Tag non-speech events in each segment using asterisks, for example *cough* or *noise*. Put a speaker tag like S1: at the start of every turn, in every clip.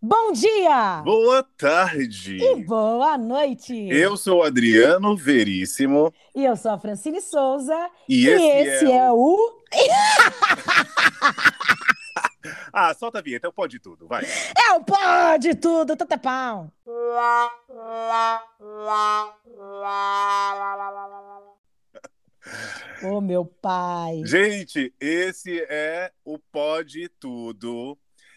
S1: Bom dia
S2: Boa tarde.
S1: e boa noite.
S2: Eu sou o Adriano Veríssimo
S1: E eu sou a Francine Souza
S2: e,
S1: e
S2: esse, é, o...
S1: o
S2: Ah, solta a vinheta, pode tudo, vai.
S1: é o Pode Tudo Tata
S2: *laughs*
S1: Pau. Ô meu pai.
S2: Gente, esse é o Pode Tudo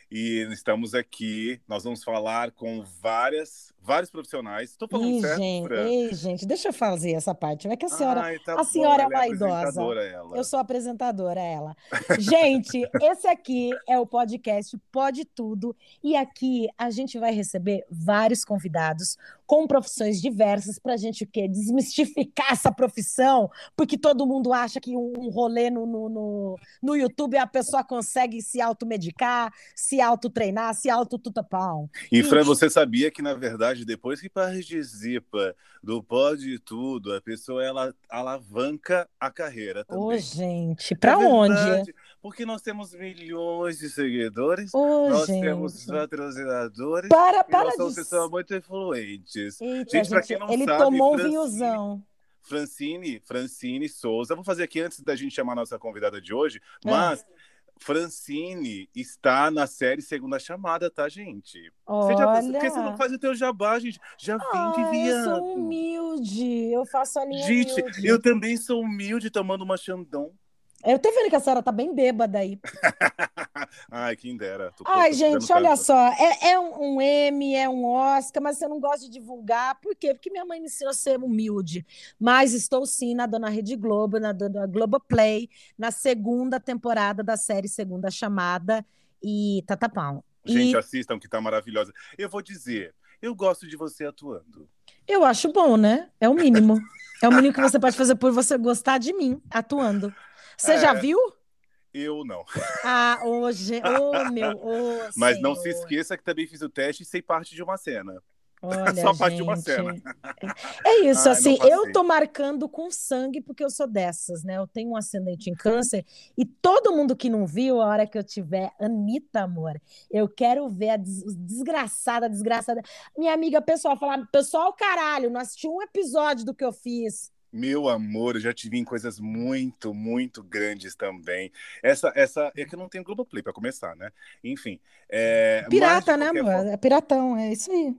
S2: e estamos aqui, nós vamos falar com várias, vários profissionais. Estou tá falando
S1: Ih,
S2: certo,
S1: gente,
S2: Fran?
S1: ei, gente, deixa eu fazer essa parte. Vai que a senhora
S2: Ai, tá
S1: a
S2: bom,
S1: senhora
S2: ela
S1: é uma idosa.
S2: apresentadora, ela.
S1: Eu sou apresentadora,
S2: *laughs*
S1: ela. Gente, esse aqui é o podcast Pode Tudo. E aqui a gente vai receber vários convidados com profissões diversas para a gente o quê? Desmistificar essa profissão, porque todo mundo acha que um um rolê no, no, no, no YouTube a pessoa consegue se automedicar, se autotreinar, se autotutapão.
S2: E Fran, você sabia que na verdade depois que participa do Pode Tudo, a pessoa ela alavanca a carreira também.
S1: Ô, gente,
S2: É
S1: para onde?
S2: verdade, Porque nós temos milhões de seguidores,
S1: Ô,
S2: nós
S1: gente.
S2: temos patrocinadores,
S1: Para,
S2: e nós
S1: para
S2: somos
S1: disso.
S2: pessoas muito influentes.
S1: Eita,
S2: Gente, pra quem não
S1: ele
S2: sabe,
S1: tomou um
S2: Francine-
S1: vinhozão.
S2: Francine, Francine Souza, vou fazer aqui antes da gente chamar a nossa convidada de hoje,
S1: Ah.
S2: mas Francine está na série Segunda Chamada, tá, gente? Você
S1: Olha.
S2: já, por que você não faz o teu jabá, gente? Já vim de
S1: Ah, eu
S2: viado.
S1: sou humilde. Eu faço a linha
S2: Gente,
S1: humilde.
S2: eu também sou humilde tomando uma Xandão. *laughs*
S1: Eu tô vendo que a senhora tá bem bêbada aí.
S2: Ai, quem dera. tô-
S1: Ai,
S2: tô
S1: gente,
S2: ficando
S1: olha
S2: cansa.
S1: só. É, é um, um M, é um Oscar, mas eu não gosto de divulgar. Por quê? Porque minha mãe me ensinou a ser humilde. Mas estou sim na Dona Rede Globo, na Dona Globoplay, na segunda temporada da série Segunda Chamada e Tatapão.
S2: Gente,
S1: E
S2: assistam que tá maravilhosa. Eu vou dizer, eu gosto de você atuando.
S1: eu acho bom, né? É o mínimo. É o mínimo que você pode fazer por você gostar de mim atuando. Você já
S2: É.
S1: viu?
S2: Eu não.
S1: Ah, hoje, oh, meu, oh,
S2: *laughs* Mas não se
S1: senhor.
S2: esqueça que também fiz o teste e sei parte de uma cena.
S1: Olha,
S2: Só parte de uma
S1: gente.
S2: cena.
S1: É isso,
S2: Ai, não
S1: assim, eu
S2: passei.
S1: tô marcando com sangue porque eu sou dessas, né? Eu tenho um ascendente em câncer e todo mundo que não viu, a hora que eu tiver, Anitta, amor, eu quero ver a des- desgraçada, desgraçada. Minha amiga pessoal falar, pessoal, caralho, não assisti um episódio do que eu fiz.
S2: Meu amor, eu já te vi em coisas muito, muito grandes também. Essa, essa, é que eu não tenho Globoplay pra começar, né? Enfim. é, mas de
S1: Pirata, né,
S2: qualquer
S1: amor?
S2: forma-
S1: É piratão, é isso aí.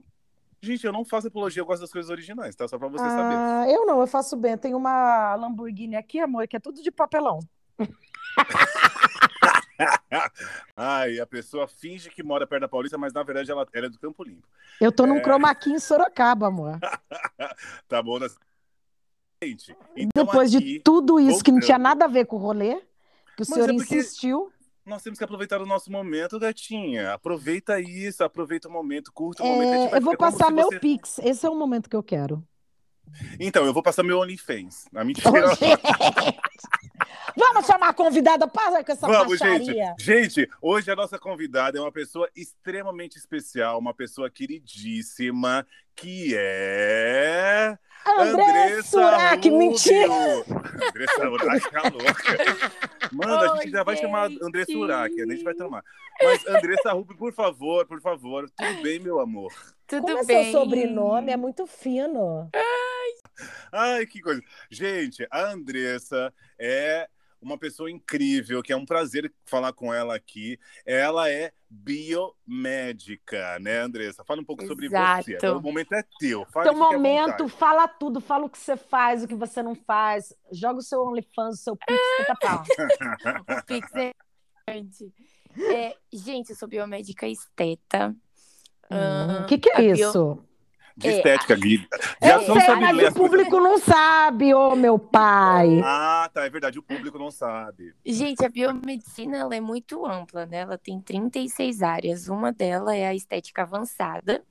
S2: Gente, eu não faço apologia, eu gosto das coisas originais, tá? Só pra você saber.
S1: Ah, eu não, eu faço bem. Eu tenho uma Lamborghini aqui, amor, que é tudo de papelão.
S2: Ai, a pessoa finge que mora perto da Paulista, mas na verdade ela, ela é do Campo Limpo.
S1: Eu tô num
S2: É. Ah,
S1: chroma key em Sorocaba, amor.
S2: Tá bom? Nas... Gente, então
S1: Depois
S2: aqui...
S1: de tudo isso que não tinha
S2: voltando.
S1: nada a ver com o rolê, que o
S2: Mas
S1: senhor
S2: é porque-
S1: insistiu.
S2: Nós temos que aproveitar o nosso momento, gatinha. Aproveita isso, aproveita o momento, curta o
S1: É,
S2: momento. a gente vai-
S1: eu vou
S2: é como
S1: passar
S2: se
S1: meu
S2: você-
S1: Pix. Esse é o momento que eu
S2: *laughs*
S1: quero.
S2: Então, eu vou passar meu OnlyFans. A mentira.
S1: Ô, gente! Vamos chamar a convidada para com essa
S2: *laughs* Vamos, gente.
S1: baixaria.
S2: Gente, hoje a nossa convidada é uma pessoa extremamente especial, uma pessoa queridíssima, que é.
S1: André Surak,
S2: Rubio.
S1: mentira!
S2: Andressa Surak, tá louca. Mano, a gente
S3: Oi,
S2: já vai chamar Andressa
S3: gente.
S2: Surak, a gente vai tomar. Mas Andressa Rubio, por favor, por favor. Tudo bem, meu amor?
S3: Tudo
S1: Como é
S3: bem?
S1: seu
S3: *laughs*
S1: sobrenome? É muito fino.
S2: Ai, que coisa. Gente, a Andressa é uma pessoa incrível, que é um prazer falar com ela aqui. Ela é biomédica, né, Andressa? Fala um pouco sobre
S3: Exato.
S2: você. Agora O momento é teu. Fala
S1: Seu
S2: fique à
S1: momento,
S2: vontade.
S1: fala tudo, fala o que você faz, o que você não faz. Joga o seu OnlyFans, o seu Pix, tá tata pau.
S3: O Pix é grande. É, gente, eu sou biomédica esteta.
S1: Hum,
S3: Ah,
S1: O que, que é
S3: a bio-
S1: isso?
S2: De estética, Gui.
S1: Eu
S2: Já
S3: É,
S2: não
S1: sei,
S2: sabe
S1: é- mas
S2: ler
S1: o
S2: as coisas.
S1: público não sabe, ô meu pai.
S2: Ah, tá, é verdade. O público não sabe.
S3: Gente, a biomedicina ela é muito ampla, né? Ela tem 36 áreas. Uma delas é a estética avançada.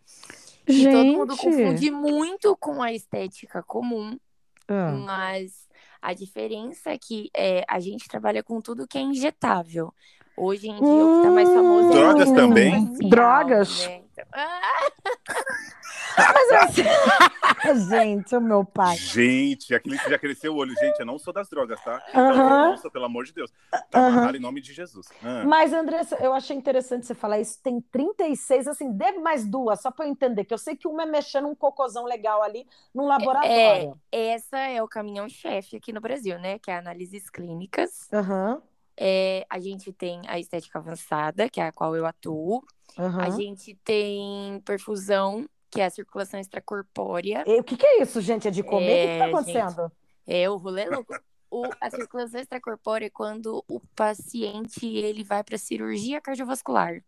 S3: E todo mundo confunde muito com a estética comum.
S1: Ah,
S3: Mas a diferença é que é, a gente trabalha com tudo que é injetável. Hoje em dia, o que tá mais famoso é né? a
S2: Drogas
S3: harmonização
S2: também?
S3: facial,
S1: Drogas?
S3: né? Então- Ah,
S1: Mas assim, *laughs* Gente, o meu pai.
S2: Gente, aquele que já cresceu o olho. Gente, eu não sou das drogas, tá?
S1: Aham.
S2: Nossa, pelo amor de Deus. Tá
S1: Aham.
S2: amarrado em nome de Jesus. Ah,
S1: Mas, Andressa, eu achei interessante você falar isso. Tem 36, assim, deve mais duas, só pra eu entender, que eu sei que uma é mexendo um cocôzão legal ali num laboratório.
S3: Essa é o caminhão-chefe aqui no Brasil, né? Que é análises clínicas.
S1: Aham,
S3: É, a gente tem a estética avançada, que é a qual eu atuo. A
S1: aham.
S3: gente tem perfusão, que é a circulação extracorpórea.
S1: E O que que é isso, gente? É de comer? O que que tá
S3: É,
S1: acontecendo?
S3: É, o rolê é louco. O- a circulação extracorpórea é quando o paciente ele vai para cirurgia cardiovascular.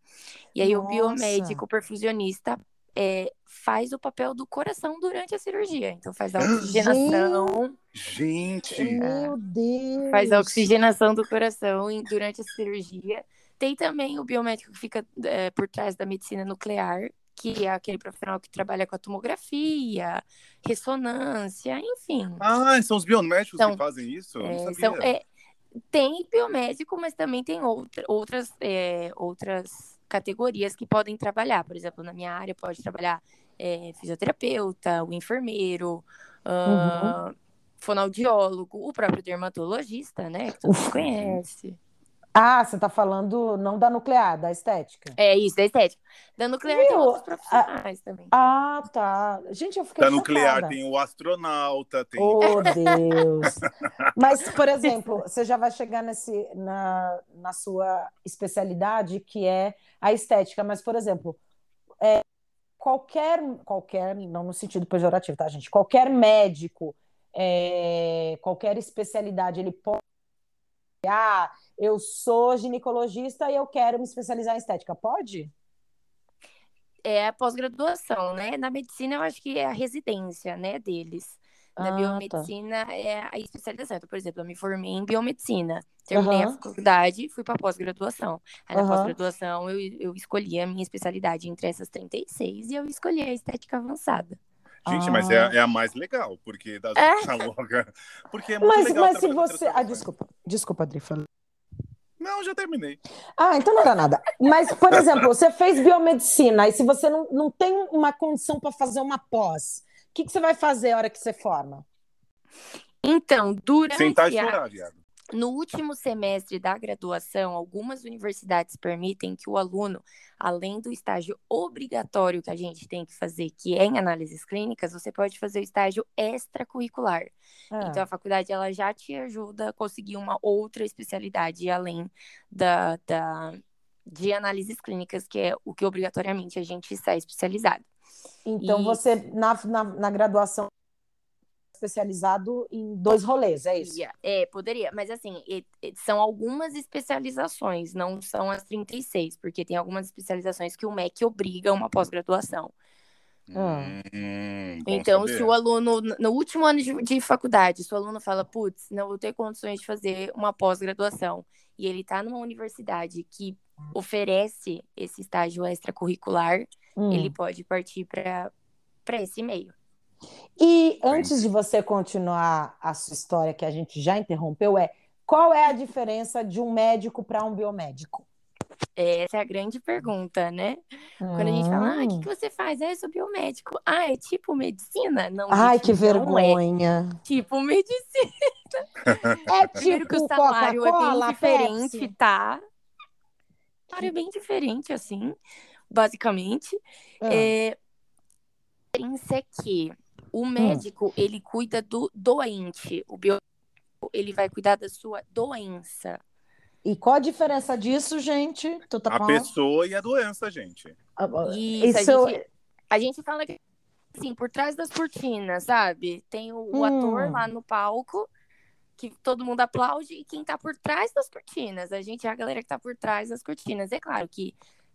S3: E aí o
S1: Nossa.
S3: biomédico, o perfusionista, é, faz o papel do coração durante a cirurgia. Então faz a oxigenação, É.
S2: Gente!
S1: Meu Deus!
S3: faz a oxigenação do coração em- durante a cirurgia. Tem também o biomédico que fica é, por trás da medicina nuclear, que é aquele profissional que trabalha com a tomografia, ressonância, enfim.
S2: Ah, são os biomédicos que
S3: São-
S2: fazem isso? Eu
S3: É,
S2: não
S3: são-
S2: sabia.
S3: é, tem biomédico, mas também tem outra- outras, é, outras categorias que podem trabalhar. Por exemplo, na minha área pode trabalhar é, fisioterapeuta, o enfermeiro, ah, fonoaudiólogo, o próprio dermatologista, né? Que todo mundo
S1: Ufa.
S3: conhece.
S1: Ah, você tá falando não da nuclear, da estética.
S3: É isso, da estética. Da nuclear tem
S1: Viu?
S3: outros profissionais também.
S1: Ah, tá. Gente, eu fiquei
S2: Da nuclear
S1: chocada.
S2: tem o astronauta, tem.
S1: Oh,
S2: *laughs*
S1: Deus! Mas, por exemplo, você já vai chegar nesse, na, na sua especialidade, que é a estética, mas, por exemplo, é, qualquer, qualquer, não no sentido pejorativo, tá, gente? Qualquer médico, é, qualquer especialidade, ele pode. Ah, eu sou ginecologista e eu quero me especializar em estética. Pode?
S3: É a pós-graduação, né? Na medicina eu acho que é a residência, né, deles. Na
S1: Ah, tá.
S3: biomedicina é a especialização. Então, por exemplo, eu me formei em biomedicina, terminei a
S1: Aham.
S3: faculdade e fui para pós-graduação. Aí, na
S1: Aham.
S3: pós-graduação, eu, eu escolhi a minha especialidade entre essas 36 e eu escolhi a estética avançada.
S2: Gente, mas é, a- é a mais legal, porque da
S3: Ah. É.
S2: *laughs* tá louca. Porque é muito
S1: Mas,
S2: legal né?
S1: mas se
S2: trabalhar com
S1: você. Ah,
S2: transformações.
S1: desculpa. Desculpa, Adri, falei.
S2: Não, já terminei.
S1: Ah, então não dá nada. Mas, por exemplo, você fez biomedicina e se você não, não tem uma condição para fazer uma pós, o que, que você vai fazer a hora que você forma?
S3: Então, durante
S2: Sentar e
S3: a-
S2: chorar, viado.
S3: No último semestre da graduação, algumas universidades permitem que o aluno, além do estágio obrigatório que a gente tem que fazer, que é em análises clínicas, você pode fazer o estágio extracurricular.
S1: Ah,
S3: Então, a faculdade ela já te ajuda a conseguir uma outra especialidade além da, da, de análises clínicas, que é o que obrigatoriamente a gente sai especializado.
S1: então
S3: e-
S1: você, na, na, na graduação, especializado em dois rolês, é isso?
S3: Ia, É, poderia, mas assim, e- e são algumas especializações, não são as 36, porque tem algumas especializações que o MEC obriga uma pós-graduação.
S1: Ah.
S2: Hum, bom
S3: Então,
S2: saber.
S3: se o aluno, no- no último ano de, de faculdade, se o aluno fala, putz, não vou ter condições de fazer uma pós-graduação, e ele está numa universidade que oferece esse estágio extracurricular,
S1: Hum.
S3: ele pode partir para esse meio.
S1: E antes de você continuar a sua história que a gente já interrompeu, é qual é a diferença de um médico para um biomédico?
S3: Essa é a grande pergunta, né? Quando a gente fala, ah, o que,
S1: Hum.
S3: que você faz? Ah, eu sou biomédico. Ah, é tipo medicina? Não,
S1: Ai,
S3: gente,
S1: que
S3: não é
S1: vergonha.
S3: tipo medicina.
S1: É
S3: Primeiro que o
S1: tipo
S3: salário é
S1: Coca-Cola,
S3: bem diferente,
S1: Pepsi.
S3: tá? O salário é bem diferente, assim, basicamente.
S1: Ah.
S3: É, a diferença é que
S1: Hum.
S3: o médico, ele cuida do doente. O biomédico, ele vai cuidar da sua doença.
S1: E qual a diferença disso, gente? Tu tá
S2: A
S1: falando?
S2: pessoa e a doença, gente.
S1: Ah, ah,
S3: Isso,
S1: Isso-
S3: a, gente, a gente fala que, assim, por trás das cortinas, sabe? Tem o, o
S1: Hum.
S3: ator lá no palco, que todo mundo aplaude, e quem tá por trás das cortinas. A gente é a galera que tá por trás das cortinas. É claro que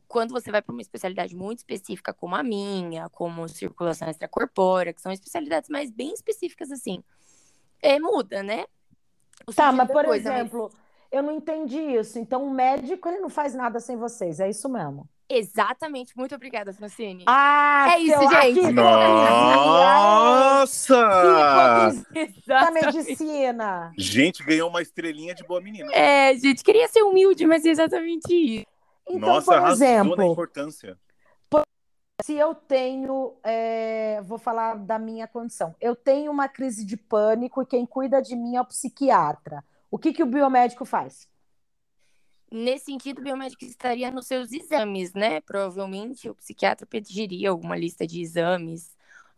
S3: quando você vai para uma especialidade muito específica, como a minha, como circulação extracorpórea, que são especialidades mais bem específicas, assim, é, muda, né? O
S1: Tá,
S3: sentido
S1: mas
S3: da
S1: por
S3: coisa, mas-
S1: exemplo, eu não entendi isso. Então, o médico, ele não faz nada sem vocês, é isso mesmo.
S3: Exatamente. Muito obrigada, Francine.
S1: Ah,
S3: É isso,
S1: seu- ah,
S3: gente.
S1: que hipocrisia,
S2: Nossa!
S1: é. Que hipocrisia da
S3: Exatamente.
S1: medicina.
S2: Gente, ganhou uma estrelinha de boa menina.
S3: É, gente, queria ser humilde, mas é exatamente isso.
S1: Então,
S2: Nossa,
S1: por
S2: arrasou né? na
S1: exemplo,
S2: importância.
S1: se eu tenho, é, vou falar da minha condição, eu tenho uma crise de pânico e quem cuida de mim é o psiquiatra. O que, que o biomédico faz?
S3: Nesse sentido, o biomédico estaria nos seus exames, né? Provavelmente o psiquiatra pediria alguma lista de exames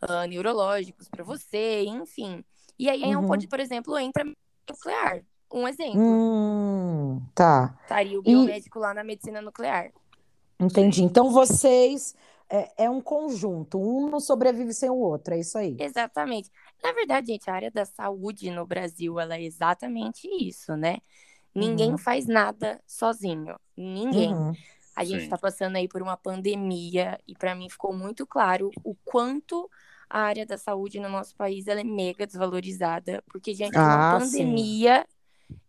S3: uh, neurológicos para você, enfim. E aí, uhum. pode, por exemplo, entra nuclear. Um exemplo.
S1: Hum, tá.
S3: Estaria o biomédico e... lá na medicina nuclear.
S1: Entendi. Então vocês é, é, um conjunto, um não sobrevive sem o outro, é isso aí.
S3: Exatamente. Na verdade, gente, a área da saúde no Brasil, ela é exatamente isso, né? Ninguém uhum. faz nada sozinho, ninguém. Uhum. A gente está passando aí por uma pandemia e para mim ficou muito claro o quanto a área da saúde no nosso país ela é mega desvalorizada, porque diante ah, de uma pandemia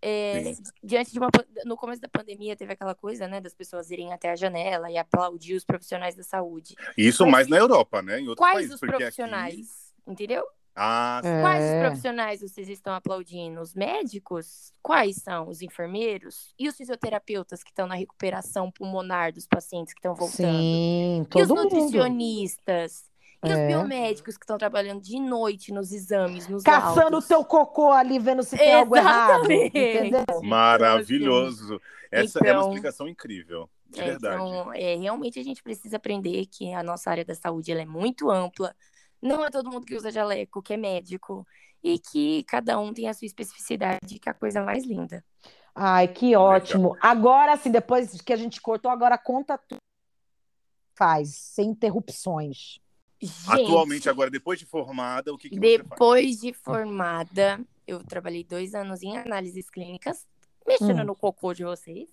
S3: é, diante de uma no começo da pandemia teve aquela coisa né das pessoas irem até a janela e aplaudir os profissionais da saúde
S2: isso Mas, mais na Europa né em outros
S3: quais
S2: países,
S3: os profissionais aqui... entendeu
S2: ah,
S3: é. quais os profissionais vocês estão aplaudindo os médicos quais são os enfermeiros e os fisioterapeutas que estão na recuperação pulmonar dos pacientes que estão voltando
S1: Sim,
S3: e os
S1: mundo.
S3: nutricionistas e é. os biomédicos que estão trabalhando de noite nos exames, nos
S1: Caçando o seu cocô ali, vendo se tem algo errado. Entendeu?
S2: Maravilhoso. Essa então, é uma explicação incrível, de
S3: é,
S2: verdade.
S3: Então, é, realmente a gente precisa aprender que a nossa área da saúde é muito ampla. Não é todo mundo que usa jaleco, que é médico. E que cada um tem a sua especificidade, que é a coisa mais linda.
S1: Ai, que ótimo. Agora, assim, depois que a gente cortou, agora conta tudo. Faz, sem interrupções.
S2: Gente, Atualmente, agora, depois de formada, o que, que
S3: Depois de formada, eu trabalhei dois anos em análises clínicas, mexendo hum. no cocô de vocês.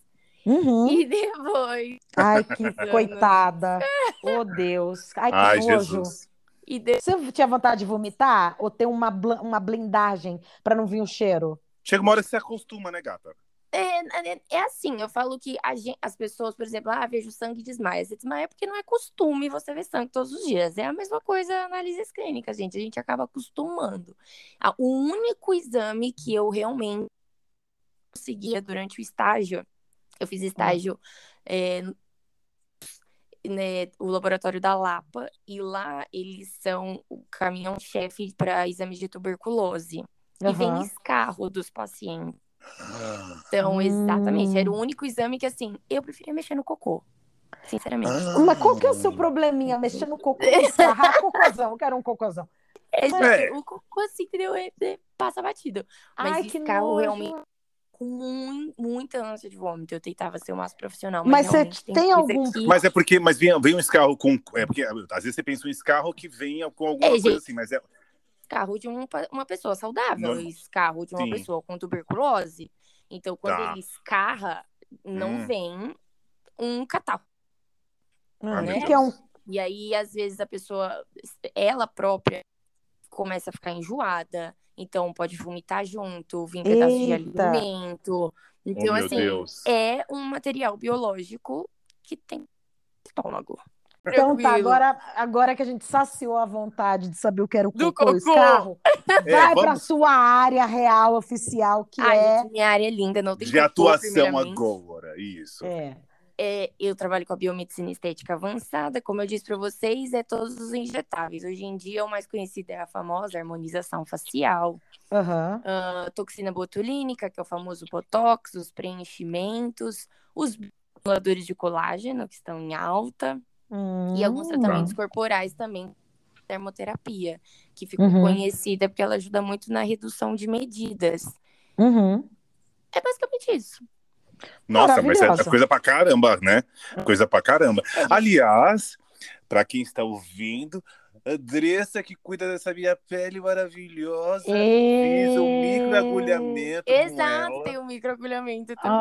S1: Uhum.
S3: E depois.
S1: Ai, que
S3: *laughs*
S1: anos... coitada. oh, Deus. Ai, que Ai, nojo. Jesus.
S3: E de...
S1: Você tinha vontade de vomitar ou ter uma, bl uma blindagem para não vir o cheiro?
S2: Chega uma hora que você acostuma, né, gata?
S3: É, é, é, assim, eu falo que gente, as pessoas, por exemplo, ah, vejo sangue e desmaia. Você desmaia porque não é costume você ver sangue todos os dias. É a mesma coisa análises clínicas, gente. A gente acaba acostumando. Ah, O único exame que eu realmente conseguia durante o estágio, eu fiz estágio é, né, o laboratório da Lapa, e lá eles são o caminhão-chefe para exames de tuberculose. Uhum. E vem escarro dos pacientes. Então, exatamente. Hum. Era o único exame que, assim, eu preferia mexer no cocô. Sinceramente. Ah.
S1: Mas qual que é o seu probleminha? Mexer no cocô, escarrar cocôzão. Quero um cocôzão.
S3: É, é. Gente, o cocô, assim, entendeu? É, é, passa batido. Mas
S1: Ai, que carro
S3: realmente com muito, muita ânsia de vômito. Eu tentava ser o mais profissional.
S1: Mas, você tem, tem algum.
S2: Que... Mas é porque mas vem, vem um escarro com. É porque às vezes você pensa um escarro que vem com alguma é, coisa gente... assim, mas é
S3: carro de um, uma pessoa saudável, não. escarro de uma Sim. pessoa com tuberculose. Então, quando tá. ele escarra, não hum. vem um catarro.
S1: Ah, né? que é um...
S3: E aí, às vezes, a pessoa, ela própria, começa a ficar enjoada. Então, pode vomitar junto, vir pedaços de alimento. Então,
S2: oh,
S3: assim,
S2: Deus.
S3: é um material biológico que tem estômago.
S1: Então Tranquilo. tá, agora, agora que a gente saciou a vontade de saber o que era o cocô, cocô. escarro, é, vai vamos... pra sua área real, oficial, que
S3: Ai,
S1: é...
S3: Gente, minha área é linda, não tem
S2: De cocô, atuação agora, isso.
S1: É.
S3: é. eu trabalho com a biomedicina estética avançada, como eu disse para vocês, é todos os injetáveis. Hoje em dia, o mais conhecido é a famosa harmonização facial,
S1: uhum.
S3: uh, toxina botulínica, que é o famoso botox, os preenchimentos, os bioestimuladores de colágeno, que estão em alta,
S1: Hum,
S3: e alguns tratamentos tá. corporais também, termoterapia, que ficou uhum. conhecida porque ela ajuda muito na redução de medidas.
S1: Uhum.
S3: É basicamente isso.
S2: Nossa, mas é coisa pra caramba, né? Coisa pra caramba.
S3: É
S2: Aliás, pra quem está ouvindo, Andressa que cuida dessa minha pele maravilhosa.
S1: E...
S2: Fiz um microagulhamento.
S3: É. Exato, tem um microagulhamento também.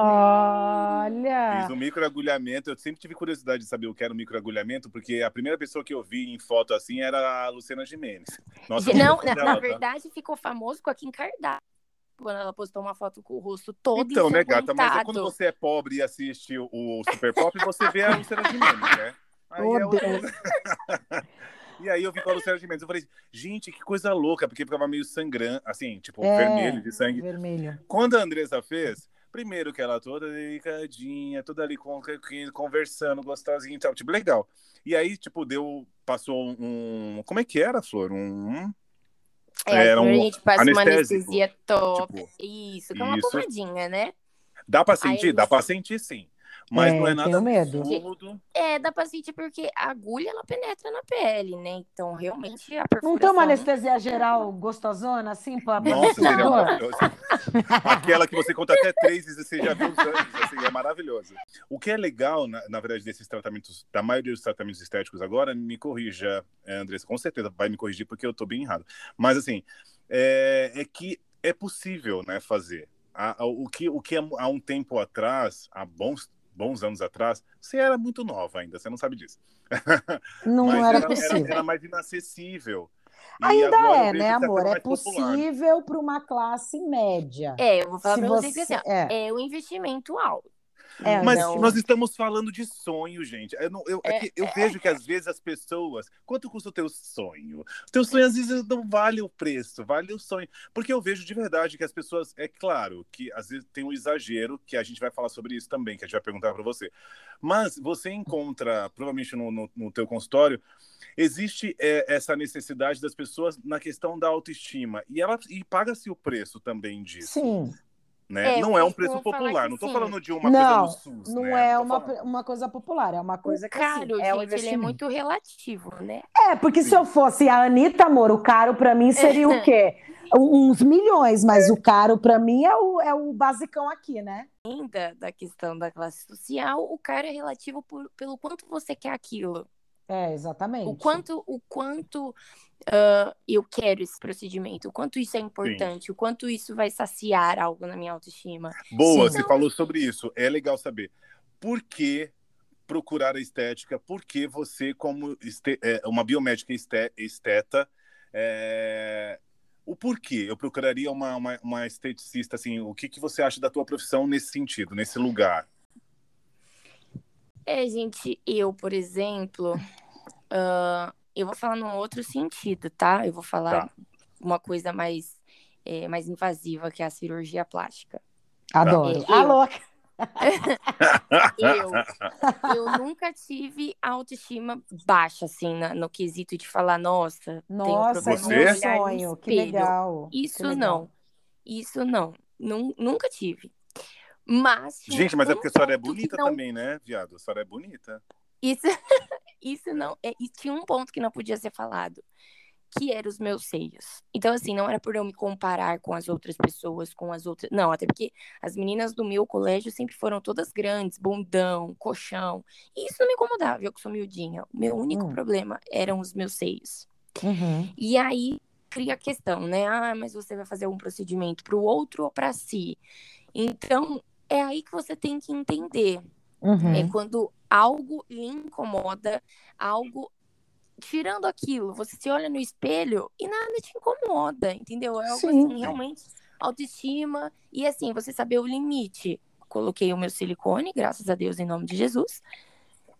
S1: Olha!
S2: Fiz um microagulhamento. Eu sempre tive curiosidade de saber o que era um microagulhamento, porque a primeira pessoa que eu vi em foto assim era a Luciana Gimenez.
S3: Nossa, não, na, na, verdade ficou famoso com a Kim Kardashian. Quando ela postou uma foto com o rosto todo
S2: Então, né, gata? Mas quando você é pobre e assiste o Super Pop, você vê a Luciana Gimenez, né?
S1: Aí oh, é o... Deus.
S2: E aí eu vi com a Luciana Gimenez. Eu falei, gente, que coisa louca, porque ficava meio sangrando, assim, tipo, é, vermelho de sangue.
S1: Vermelho.
S2: Quando a Andressa fez, Primeiro que ela toda delicadinha, toda ali con- conversando, gostosinha e tal, tipo, legal. E aí, tipo, deu, passou um, como é que era, Flor? Um,
S3: É,
S2: Era
S3: primeiro
S2: um
S3: a gente passa uma
S2: anestésico.
S3: anestesia top.
S2: tipo,
S3: Isso, que é uma
S2: Isso.
S3: pomadinha, né?
S2: dá pra sentir?
S3: eles-
S2: Dá pra sentir, sim. Mas
S1: É,
S2: não é nada
S1: tenho medo.
S2: absurdo.
S3: É, dá pra sentir porque a agulha ela penetra na pele, né? Então, realmente, a
S1: Não
S3: perfuração...
S1: toma anestesia geral gostosona, assim, pra pra
S2: Nossa,
S1: sentir
S2: seria
S1: dor?
S2: maravilhoso. Aquela que você conta até três e você já viu os anos, assim, é maravilhoso. O que é legal, na, na verdade, desses tratamentos, da maioria dos tratamentos estéticos agora, me corrija, eh, Andressa, com certeza vai me corrigir porque eu tô bem errado. Mas, assim, é, é que é possível, né, fazer. A- a- o, que, o que há, há um tempo atrás, há bons, bons anos atrás, você era muito nova ainda, você não sabe disso.
S1: Não
S2: Mas
S1: era
S2: era,
S1: possível.
S2: era mais inacessível. E
S1: Ainda
S2: agora eu
S1: é,
S2: vejo
S1: né,
S2: que tá
S1: amor?
S2: ficando
S1: É
S2: mais popular.
S1: possível para uma classe média.
S3: É, eu vou falar
S1: Se
S3: pra vocês que
S1: você-
S3: assim, ó,
S1: é.
S3: é um investimento alto.
S1: É,
S2: Mas
S3: Não.
S2: nós estamos falando de sonho, gente. Eu, não- eu- é
S3: É,
S2: que eu vejo que às vezes as pessoas. Quanto custa o teu sonho? O teu sonho às vezes não vale o preço, vale o sonho. Porque eu vejo de verdade que as pessoas. É claro que às vezes tem um exagero, que a gente vai falar sobre isso também, que a gente vai perguntar para você. Mas você encontra, provavelmente no, no, no teu consultório, existe é, essa necessidade das pessoas na questão da autoestima. E, ela- e paga-se o preço também disso.
S1: Sim,
S2: né?
S3: É,
S2: não é um
S3: eu vou
S2: preço
S3: falar
S2: popular,
S3: que
S2: não estou
S3: sim.
S2: falando de uma
S1: Não,
S2: coisa no SUS,
S1: não
S2: né?
S1: é
S2: Tô
S1: uma,
S2: falando-
S1: uma coisa popular, é uma coisa que assim,
S3: Caro,
S1: é um
S3: gente, ele é
S1: investimento.
S3: muito relativo, né?
S1: É, porque se eu fosse a Anitta, amor, o caro pra mim seria o
S3: *laughs*
S1: quê? Um- Uns milhões, mas o caro pra mim é o, é o basicão aqui, né?
S3: Ainda da questão da classe social, o caro é relativo por- pelo quanto você quer aquilo.
S1: É, exatamente.
S3: O quanto, o quanto ah, eu quero esse procedimento, o quanto isso é importante, o quanto isso vai saciar algo na minha autoestima.
S2: Boa,
S3: Sim.
S2: você falou sobre isso. É legal saber. Por que procurar a estética? Por que você, como este- é, uma biomédica este- esteta, é, o porquê? Eu procuraria uma, uma, uma esteticista, assim, o que, que você acha da tua profissão nesse sentido, nesse lugar?
S3: É, gente, eu, por exemplo, ah, eu vou falar num outro sentido, tá? Eu vou falar
S2: Tá.
S3: uma coisa mais, eh, mais invasiva, que é a cirurgia plástica.
S2: Tá.
S1: Adoro.
S3: Eu-
S1: Alô,
S2: Ah,
S3: Eu, eu nunca tive autoestima baixa, assim, na- no quesito de falar, nossa, tenho
S1: nossa, que
S3: problema
S2: Você?
S1: meu
S3: em olhar no
S1: sonho, que
S3: espelho.
S1: legal. que
S3: Isso
S1: legal.
S3: não. Isso não. Nun- Nunca tive. Mas. tinha
S2: *laughs* Gente, mas é
S3: um
S2: porque a senhora é
S3: ponto que
S2: bonita
S3: não-
S2: também, né, viado? A senhora é bonita.
S3: Isso, *laughs* isso não. É, e tinha um ponto que não podia ser falado, que eram os meus seios. Então, assim, não era por eu me comparar com as outras pessoas, com as outras. Não, até porque as meninas do meu colégio sempre foram todas grandes, bundão, colchão. E isso não me incomodava, eu que sou miudinha. O meu único
S1: Hum.
S3: problema eram os meus seios.
S1: Uhum.
S3: E aí cria a questão, né? Ah, mas você vai fazer um procedimento para o outro ou para si? Então, é aí que você tem que entender.
S1: Uhum.
S3: É quando algo lhe incomoda, algo. Tirando aquilo, você se olha no espelho e nada te incomoda, entendeu? É algo
S1: Sim.
S3: assim, realmente autoestima. E assim, você saber o limite. Coloquei o meu silicone, graças a Deus, em nome de Jesus.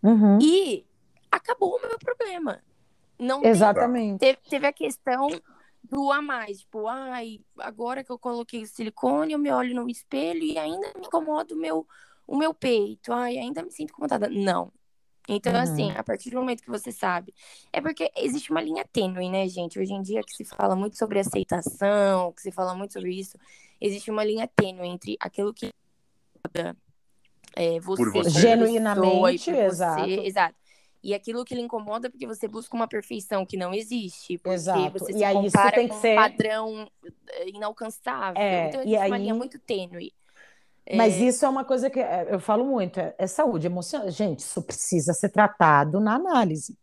S1: Uhum.
S3: E acabou o meu problema. Não tem
S1: Exatamente.
S3: Teve, teve a questão do a mais, tipo, ai, agora que eu coloquei o silicone, eu me olho no espelho e ainda me incomoda o meu, o meu peito, ai, ainda me sinto incomodada. Não. Então,
S1: Uhum.
S3: assim, a partir do momento que você sabe. É porque existe uma linha tênue, né, gente? Hoje em dia que se fala muito sobre aceitação, que se fala muito sobre isso, existe uma linha tênue entre aquilo que incomoda, é, você,
S2: Por você.
S3: como pessoa e
S1: Genuinamente,
S3: por você,
S1: exato.
S3: exato. E aquilo que lhe incomoda é porque você busca uma perfeição que não existe. Porque
S1: Exato.
S3: você
S1: E
S3: se
S1: aí isso
S3: compara
S1: tem que
S3: com
S1: ser-
S3: um padrão eh, inalcançável.
S1: É,
S3: então
S1: e
S3: existe uma
S1: aí-
S3: linha muito tênue.
S1: Mas isso é uma coisa que é, eu falo muito, é, é saúde emocional. Gente, isso precisa ser tratado na análise.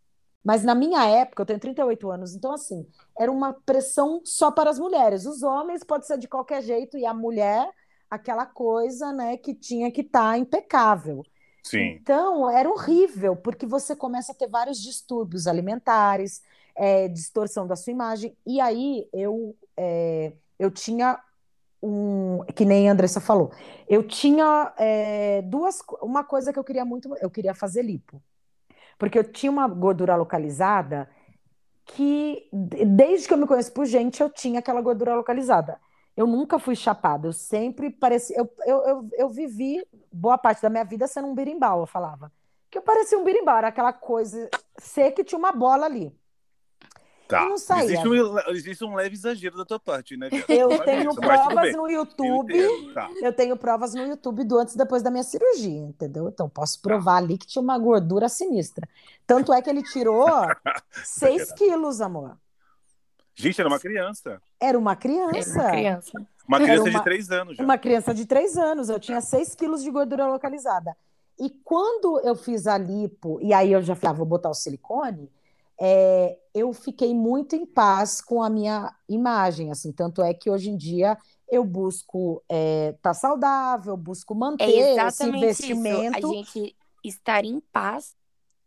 S1: Mas na minha época, eu tenho 38 anos, então assim, era uma pressão só para as mulheres. Os homens pode ser de qualquer jeito e a mulher, aquela coisa, né, que tinha que estar impecável.
S2: Sim.
S1: Então, era horrível, porque você começa a ter vários distúrbios alimentares, é, distorção da sua imagem. E aí, eu, é, eu tinha um. Que nem a Andressa falou. Eu tinha é, duas. co- Uma coisa que eu queria muito. Eu queria fazer lipo. Porque eu tinha uma gordura localizada que, de- desde que eu me conheço por gente, eu tinha aquela gordura localizada. Eu nunca fui chapada, eu sempre parecia. Eu, eu, eu, eu vivi boa parte da minha vida sendo um birimbau, eu falava. Que eu parecia um birimbau, era aquela coisa seca e tinha uma bola ali.
S2: Tá.
S1: não saía.
S2: Existe, um, existe um leve exagero da tua parte, né? Bia?
S1: Eu
S2: Sabe
S1: tenho
S2: isso, mas tudo
S1: provas
S2: bem.
S1: no
S2: Eu
S1: YouTube.
S2: entendo, tá.
S1: Eu tenho provas no YouTube do antes e depois da minha cirurgia, entendeu? Então posso provar ali que tinha uma gordura sinistra. Tanto é que ele tirou
S2: *laughs*
S1: 6 quilos, amor.
S2: Gente, era uma criança.
S1: Era uma
S3: Era
S1: criança.
S3: É uma criança.
S2: Uma
S1: Era
S2: criança
S1: uma-
S2: de três anos já.
S1: Uma criança de 3 anos. Eu tinha 6 quilos de gordura localizada. E quando eu fiz a lipo, e aí eu já falei, ah, vou botar o silicone, é, eu fiquei muito em paz com a minha imagem, assim. Tanto é que hoje em dia eu busco estar saudável, busco
S3: É
S1: manter esse
S3: exatamente isso. A
S1: investimento.
S3: gente estar em paz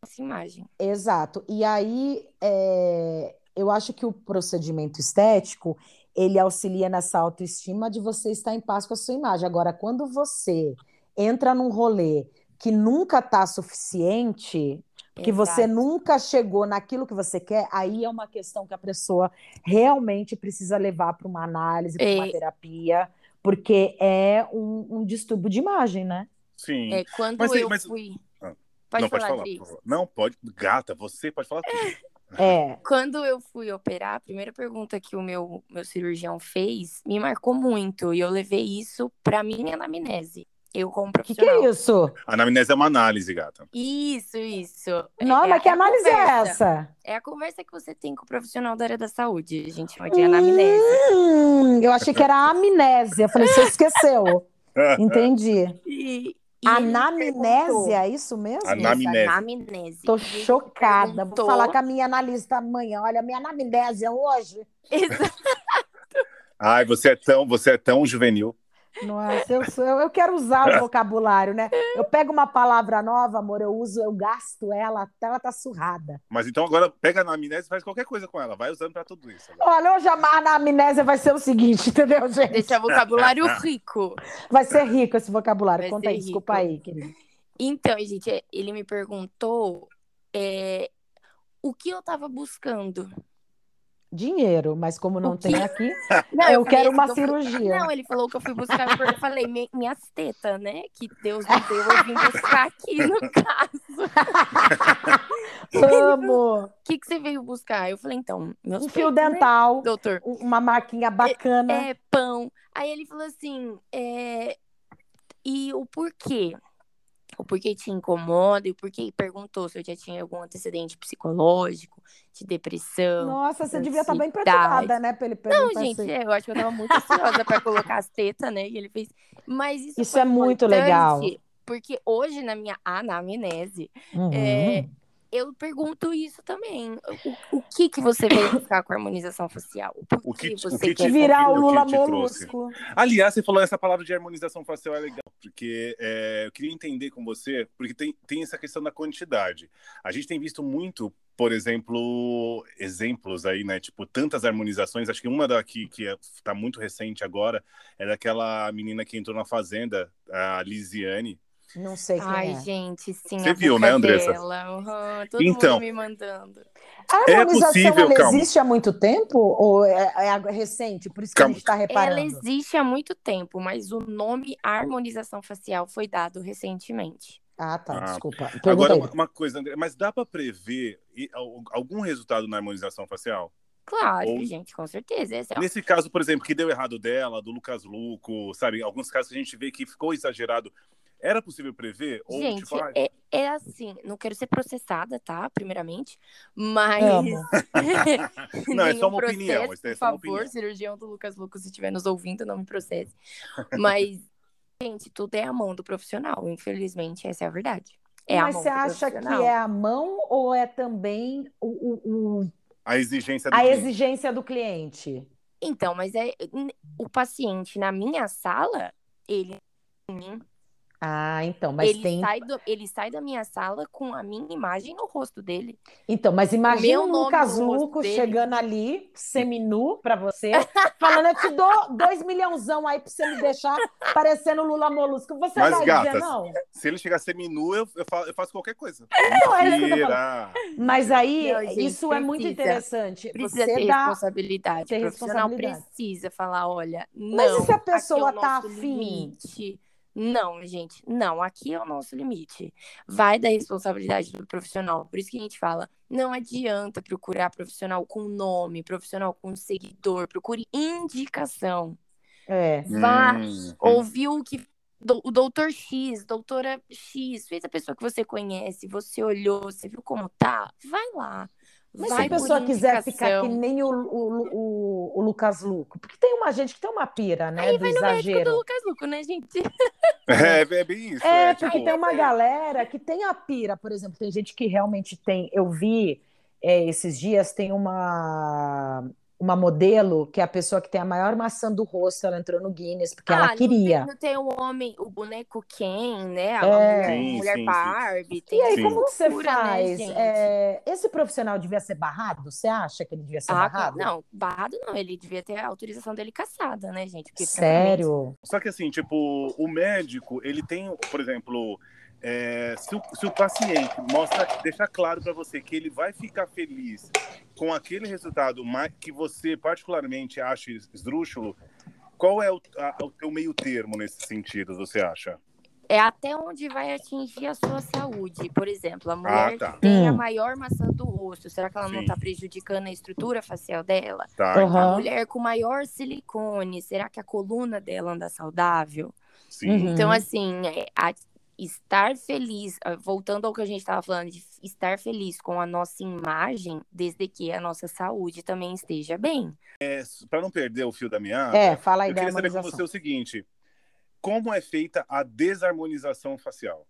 S3: com essa imagem.
S1: Exato. E aí, é, eu acho que o procedimento estético, ele auxilia nessa autoestima de você estar em paz com a sua imagem. Agora, quando você entra num rolê que nunca tá suficiente, que você
S3: Exato.
S1: nunca chegou naquilo que você quer, aí é uma questão que a pessoa realmente precisa levar para uma análise, para uma
S3: É.
S1: terapia, porque é um, um distúrbio de imagem, né?
S2: Sim.
S3: É, quando
S2: Mas,
S3: eu
S2: mas-
S3: fui.
S2: Ah.
S3: Pode
S2: não,
S3: falar,
S2: pode falar.
S3: Dri.
S2: por favor. Não, pode. Gata, você pode falar tudo.
S1: É.
S3: Quando eu fui operar, a primeira pergunta que o meu, meu cirurgião fez me marcou muito. E eu levei isso pra minha anamnese. Eu, como
S1: O que que é
S3: profissional.
S1: isso?
S2: A anamnese é uma análise, gata. *laughs*
S3: isso? isso, É,
S1: Não, mas que
S3: a
S1: análise é
S3: conversa.
S1: essa?
S3: É a conversa que você tem com o profissional da área da saúde. A gente chama de anamnese.
S1: Hum, eu achei que era amnésia. Eu falei, você esqueceu. Entendi.
S3: E, e
S1: Anamnésia, é isso mesmo?
S3: ele-
S2: Anamnese.
S3: anamnese.
S1: Tô
S3: E ele
S1: chocada. Vou
S3: perguntou-
S1: falar com a minha analista amanhã. Olha, minha anamnésia hoje.
S3: Exato.
S2: Ai, você é tão, você é tão juvenil.
S1: Nossa, eu, sou- eu, eu quero usar o vocabulário, né? Eu pego uma palavra nova, amor, eu uso, eu gasto ela até ela tá surrada.
S2: Mas então agora pega a anamnese e faz qualquer coisa com ela. Vai usando pra tudo isso. agora.
S1: Olha, hoje a ma- anamnésia vai ser o seguinte, *laughs* entendeu, gente?
S3: Deixar vocabulário rico.
S1: Vai ser rico esse vocabulário.
S3: Vai
S1: Conta
S3: ser
S1: aí, desculpa
S3: rico.
S1: aí, querido.
S3: Então, gente, é, ele me perguntou é, o que eu tava buscando.
S1: Dinheiro, mas como não
S3: O
S1: tem
S3: quê?
S1: aqui,
S3: Não,
S1: eu
S3: falei
S1: quero uma
S3: assim, eu fui-
S1: cirurgia.
S3: Não, ele falou que eu fui buscar, porque eu falei, "Mi- minhas tetas, né? Que Deus me deu, eu vim buscar aqui no *laughs* caso.
S1: Amo!
S3: O que, que você veio buscar? Eu falei, então, meus
S1: Um fio
S3: peitos, né,
S1: dental,
S3: doutor.
S1: um- uma marquinha bacana.
S3: É, pão. Aí ele falou assim, é, e o porquê? O porquê te incomoda e o porquê perguntou se eu já tinha algum antecedente psicológico, de depressão.
S1: Nossa, você devia estar bem
S3: Ansiedade.
S1: praticada, né, pra ele
S3: é, Não,
S1: perguntar
S3: gente,
S1: assim.
S3: é, eu acho que eu tava muito ansiosa pra colocar as tetas, né? E ele fez. Mas isso,
S1: Isso
S3: foi
S1: é muito
S3: importante,
S1: legal.
S3: Porque hoje, na minha anamnese,
S1: Uhum.
S3: é, eu pergunto isso também. O, o que que você veio buscar com a harmonização facial? Por
S2: O que te-
S3: você
S2: o que te-
S1: De
S3: quer?
S1: virar o
S2: o que
S1: Lula
S2: te trouxe?
S1: molusco.
S2: Aliás, você falou essa palavra de harmonização facial é legal, porque é, eu queria entender com você, porque tem, tem essa questão da quantidade. A gente tem visto muito, por exemplo, exemplos aí, né? Tipo, tantas harmonizações. Acho que uma daqui que está muito recente agora é daquela menina que entrou na Fazenda, a Lisiane.
S1: Não sei quem
S3: Ai,
S1: é.
S3: gente, sim.
S2: Você
S3: a
S2: viu,
S3: boca
S2: né, Andressa?
S3: dela. Uhum, todo
S2: Então.
S3: mundo me mandando.
S1: A
S2: É
S1: harmonização,
S2: possível,
S1: ela
S2: calma.
S1: existe há muito tempo? Ou é, é ag- recente? Por isso que a
S2: Calma.
S1: gente está
S3: Ela
S1: reparando.
S3: existe há muito tempo, mas o nome harmonização facial foi dado recentemente.
S1: Ah, tá,
S2: Ah.
S1: desculpa. Pergunta
S2: Agora,
S1: aí.
S2: uma, uma coisa, André, mas dá para prever e- al- algum resultado na harmonização facial?
S3: Claro,
S2: Ou-
S3: gente, com certeza. Esse é
S1: Então.
S3: o-
S2: Nesse caso, por exemplo, que deu errado dela, do Lucas Luco, sabe? Alguns casos que a gente vê que ficou exagerado. Era possível prever? Ou,
S3: Gente,
S2: tipo, ah,
S3: é, é assim, não quero ser processada, tá? Primeiramente, mas. *laughs*
S1: Amo.
S2: *laughs* Não, é só uma
S3: Nenhum
S2: opinião,
S3: processo,
S2: isso é
S3: por
S2: só uma
S3: favor,
S2: opinião.
S3: cirurgião do Lucas Lucas, se estiver nos ouvindo, não me processe. Mas, gente, tudo é a mão do profissional. Infelizmente, essa é a verdade. É a
S1: Mas
S3: mão
S1: você
S3: do
S1: acha que
S3: profissional.
S1: é a mão ou é também o- o- o-
S2: *laughs* a exigência do
S1: a
S2: cliente.
S1: exigência do cliente?
S3: Então, mas é o paciente na minha sala, ele
S1: Ah, então, mas
S3: ele,
S1: tem.
S3: sai do- ele sai da minha sala com a minha imagem no rosto dele.
S1: Então, mas imagina
S3: meu
S1: um
S3: nome no
S1: Lucas
S3: rosto
S1: Luco
S3: dele.
S1: chegando ali, seminu pra você, falando: eu te dou dois milhãozão aí pra você me deixar parecendo Lula Molusco. Você
S2: Mas,
S1: vai dizer
S2: gatas,
S1: não?
S2: Se ele chegar seminu, eu, eu, fa- eu faço qualquer coisa.
S1: é isso que eu tô
S2: Mentira!
S1: Mas aí,
S3: Não, gente,
S1: isso é muito
S3: precisa.
S1: interessante.
S3: Precisa
S1: você
S3: ter
S1: dá.
S3: responsabilidade.
S1: ter
S3: o profissional
S1: responsabilidade.
S3: precisa falar, olha, não.
S1: Mas e se a
S3: aqui é o
S1: pessoa tá
S3: nosso
S1: afim?
S3: limite. Não, gente, não, aqui é o nosso limite. Vai da responsabilidade do profissional. Por isso que a gente fala, não adianta procurar profissional com nome, profissional com seguidor, procure indicação.
S1: É.
S3: Vá,
S2: Hum,
S3: ouviu o que do- o doutor X, doutora X, fez a pessoa que você conhece, você olhou, você viu como tá, vai lá.
S1: Mas se
S3: vai
S1: a
S3: por
S1: pessoa quiser ficar que
S3: indicação.
S1: nem o, o, o, o Lucas Luco, porque tem uma gente que tem uma pira, né,
S3: Aí
S1: do
S3: vai no médico do
S1: exagero.
S3: Lucas Luco, né, gente?
S2: *laughs* É, é bem isso.
S1: É,
S2: É,
S1: porque
S2: tipo,
S1: tem uma galera que tem a pira, por exemplo, tem gente que realmente tem. Eu vi é, esses dias, tem uma, uma modelo que é a pessoa que tem a maior maçã do rosto, ela entrou no Guinness, porque
S3: Ah,
S1: ela
S3: não
S1: queria.
S3: tem- Não tem o homem, o boneco Ken, né? A
S1: É.
S3: mulher,
S2: Sim,
S3: mulher
S2: sim, sim.
S3: Barbie.
S1: E
S3: Tem
S1: aí,
S2: Sim.
S1: como que você
S3: loucura, né,
S1: faz?
S3: gente?
S1: É, esse profissional devia ser barrado? Você acha que ele devia ser tá
S3: Ah,
S1: barrado?
S3: não, barrado não. Ele devia ter a autorização dele caçada, né, gente? Porque, francamente,
S1: Sério?
S2: Só que assim, tipo, o médico, ele tem, por exemplo, é, se, o, se o paciente mostra, deixar claro para você que ele vai ficar feliz com aquele resultado mais, que você particularmente acha esdrúxulo, qual é o, a- o teu meio termo nesse sentido, você acha?
S3: É até onde vai atingir a sua saúde. Por exemplo, a mulher
S2: tá.
S3: que tem a
S1: Hum.
S3: maior maçã do rosto. Será que ela não
S2: Sim.
S3: está prejudicando a estrutura facial dela?
S2: Tá,
S1: Aham.
S3: A mulher com maior silicone, será que a coluna dela anda saudável?
S2: sim.
S1: Uhum.
S3: Então, assim, é, a- estar feliz, ah, voltando ao que a gente estava falando, de estar feliz com a nossa imagem, desde que a nossa saúde também esteja bem.
S2: Para É, não perder o fio da meada,
S1: É, fala aí
S2: eu
S1: da
S2: queria saber com
S1: harmonização.
S2: você o seguinte: como é feita a desarmonização facial?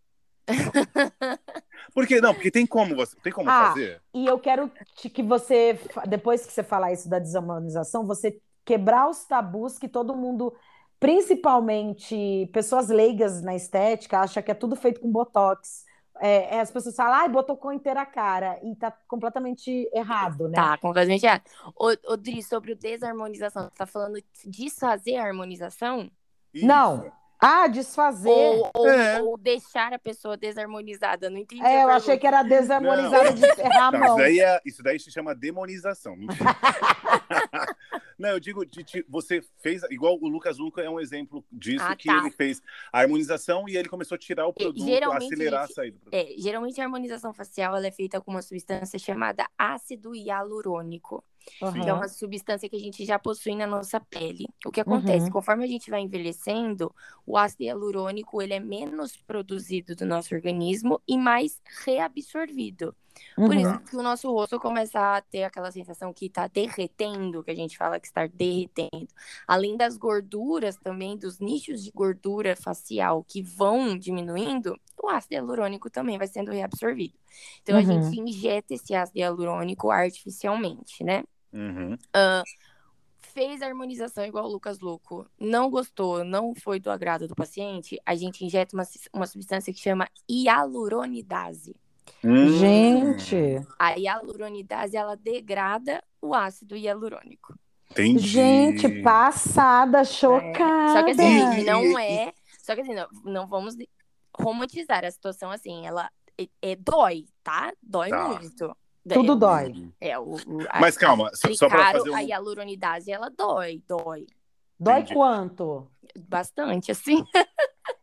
S2: Porque não, porque tem como você, tem como
S1: Ah,
S2: fazer?
S1: E eu quero te- que você, fa- depois que você falar isso da desumanização, você quebrar os tabus que todo mundo, principalmente pessoas leigas na estética, acha que é tudo feito com botox. É, é, as pessoas falam, ai, botocou inteira a cara. E tá completamente errado, né?
S3: Tá, completamente errado. Ô, ô, Dri, sobre o desarmonização, você tá falando de desfazer a harmonização?
S1: Não.
S2: Isso.
S1: Ah, desfazer.
S3: Ou, ou,
S2: É.
S3: ou deixar a pessoa desarmonizada? Não entendi.
S1: É, eu achei que era desarmonizado de errar a
S2: Não,
S1: mão.
S2: isso, daí é- isso daí se chama demonização. mentira. *laughs* não, eu digo, de- de- você fez, igual o Lucas Luca é um exemplo disso,
S3: Ah,
S2: que
S3: tá.
S2: ele fez a harmonização e ele começou a tirar o produto,
S3: geralmente,
S2: acelerar
S3: gente,
S2: a saída do produto.
S3: É, geralmente a harmonização facial ela é feita com uma substância chamada ácido hialurônico. que é
S1: Aham.
S3: uma substância que a gente já possui na nossa pele. O que acontece?
S1: Uhum.
S3: Conforme a gente vai envelhecendo, o ácido hialurônico ele é menos produzido do nosso organismo e mais reabsorvido. Por
S1: Uhum.
S3: isso que o nosso rosto começa a ter aquela sensação que está derretendo, que a gente fala que está derretendo. Além das gorduras também, dos nichos de gordura facial que vão diminuindo, o ácido hialurônico também vai sendo reabsorvido. Então a
S1: Uhum.
S3: gente injeta esse ácido hialurônico artificialmente, né?
S2: Uhum.
S3: fez a harmonização igual o Lucas Louco, não gostou, não foi do agrado do paciente, a gente injeta uma, uma substância que chama hialuronidase.
S2: Hum.
S1: Gente,
S3: A hialuronidase, ela degrada o ácido hialurônico.
S2: Entendi.
S1: gente, passada,
S3: É. Só que
S1: chocada.
S3: assim,
S2: Verdade.
S3: gente, não é... Só que assim, não, não vamos romantizar a situação assim, ela é, é- dói, tá? Dói
S2: Tá.
S3: muito.
S1: Tudo
S3: É,
S1: dói.
S3: É, o, o-
S2: Mas
S3: a-
S2: calma, só- só pra
S3: aplicar
S2: fazer um-
S3: A hialuronidase, ela dói, dói.
S1: Dói
S2: Entendi.
S1: quanto?
S3: bastante, assim.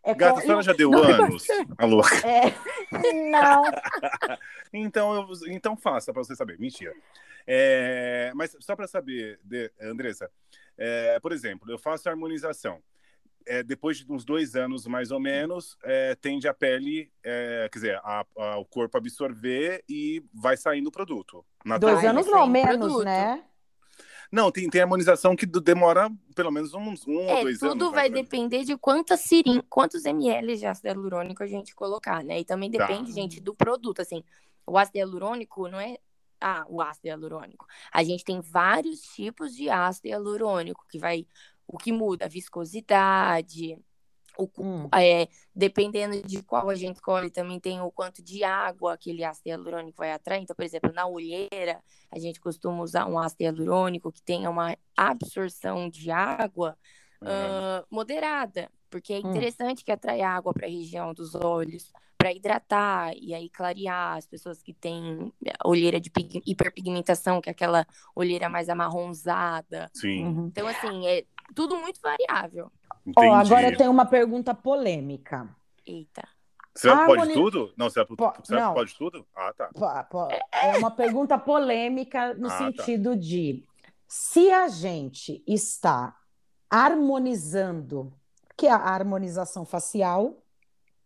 S1: É
S2: Gata, tá
S1: co-
S2: a senhora já deu anos? Alô?
S1: É. Não.
S2: Então, eu, então faça para você saber. Mentira. É, mas só para saber, de- eh, Andressa, é, por exemplo, eu faço a harmonização. É, depois de uns dois anos, mais ou menos, é, tende a pele, é, quer dizer, a- a- o corpo absorver e vai saindo o produto.
S1: Dois
S2: naturalmente.
S3: Ai,
S1: anos
S3: mas
S1: não,
S3: sem
S1: menos,
S3: produto.
S1: né?
S2: Não, tem, tem harmonização que do- demora pelo menos uns um ou
S3: É,
S2: dois anos.
S3: tudo
S2: mais
S3: vai
S2: ou menos.
S3: depender de quantas sirin, quantos ml de ácido hialurônico a gente colocar, né? E também
S2: Tá.
S3: depende, gente, do produto, assim. O ácido hialurônico não é ah, o ácido hialurônico. A gente tem vários tipos de ácido hialurônico que vai o que muda, a viscosidade, O,
S1: Hum.
S3: é, dependendo de qual a gente escolhe, também tem o quanto de água aquele ácido hialurônico vai atrair. Então, por exemplo, na olheira, a gente costuma usar um ácido hialurônico que tenha uma absorção de água
S2: É.
S3: ah, moderada, porque é
S1: Uhum. Hum.
S3: interessante que atrai água para a região dos olhos, para hidratar e aí clarear as pessoas que têm eh, olheira de pig- hiperpigmentação, que é aquela olheira mais amarronzada.
S2: Sim,
S1: Uhum.
S3: Então, assim, é tudo muito variável.
S1: Ó,
S2: entendi.
S1: agora eu tenho uma pergunta polêmica.
S3: Eita.
S2: Será que pode
S1: harmoni-
S2: tudo? Não, será, que-
S1: Po-
S2: será
S1: não.
S2: que pode tudo? Ah, tá.
S1: Pô, pô, É uma pergunta polêmica no
S2: Ah, tá.
S1: sentido de se a gente está harmonizando, que a harmonização facial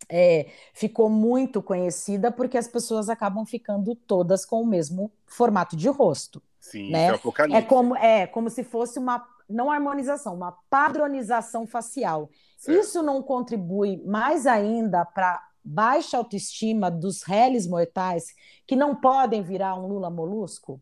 S1: é, ficou muito conhecida porque as pessoas acabam ficando todas com o mesmo formato de rosto.
S2: Sim,
S1: Né?
S2: isso é o focalismo.
S1: É como, é como se fosse uma, não harmonização, uma padronização facial.
S2: Certo.
S1: Isso não contribui mais ainda para baixa autoestima dos réis mortais que não podem virar um Lula molusco?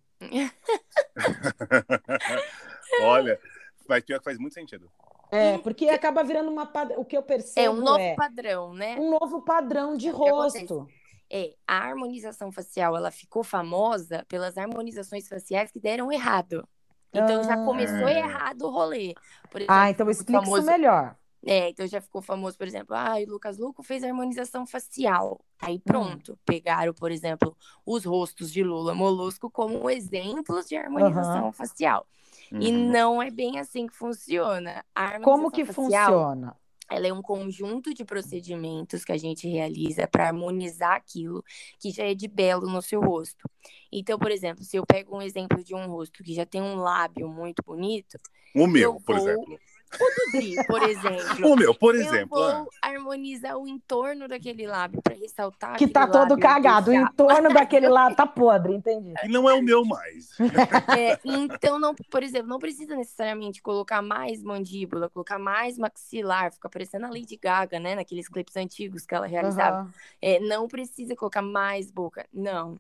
S2: Olha, mas pior que faz muito sentido.
S1: É, porque acaba virando uma pad- o que eu percebo
S3: É um novo padrão, né?
S1: um novo padrão de
S3: É o que acontece.
S1: rosto.
S3: É, a harmonização facial, ela ficou famosa pelas harmonizações faciais que deram errado. Então já
S1: Ah.
S3: começou errado o rolê. Por exemplo,
S1: Ah, então
S3: o
S1: explica isso
S3: famoso-
S1: melhor.
S3: É, então já ficou famoso, por exemplo, ah, o Lucas Luco fez harmonização facial.
S1: Hum.
S3: Aí pronto, pegaram, por exemplo, os rostos de Lula Molusco como exemplos de harmonização facial. E
S2: Uhum.
S3: não é bem assim que funciona. A
S1: Como
S3: harmonização
S1: que
S3: facial,
S1: funciona?
S3: ela é um conjunto de procedimentos que a gente realiza para harmonizar aquilo que já é de belo no seu rosto. Então, por exemplo, se eu pego um exemplo de um rosto que já tem um lábio
S1: *laughs*
S3: muito bonito,
S2: O meu,
S3: eu
S2: por
S3: vou-
S2: exemplo.
S3: o do Dri, por exemplo.
S2: O meu, por
S3: Eu
S2: exemplo. ah.
S3: vou harmonizar o entorno daquele lábio para ressaltar
S1: Que tá
S3: aquele
S1: todo
S3: lábio
S1: cagado, o
S3: inchado.
S1: entorno daquele lá tá podre,
S3: *laughs*
S1: entendi.
S2: E não é o meu mais.
S1: *laughs*
S3: É, então, não, por exemplo, não precisa necessariamente colocar mais mandíbula, colocar mais maxilar, fica parecendo a Lady Gaga, né? Naqueles clipes antigos que ela realizava.
S1: Aham.
S3: É, não precisa colocar mais boca. Não.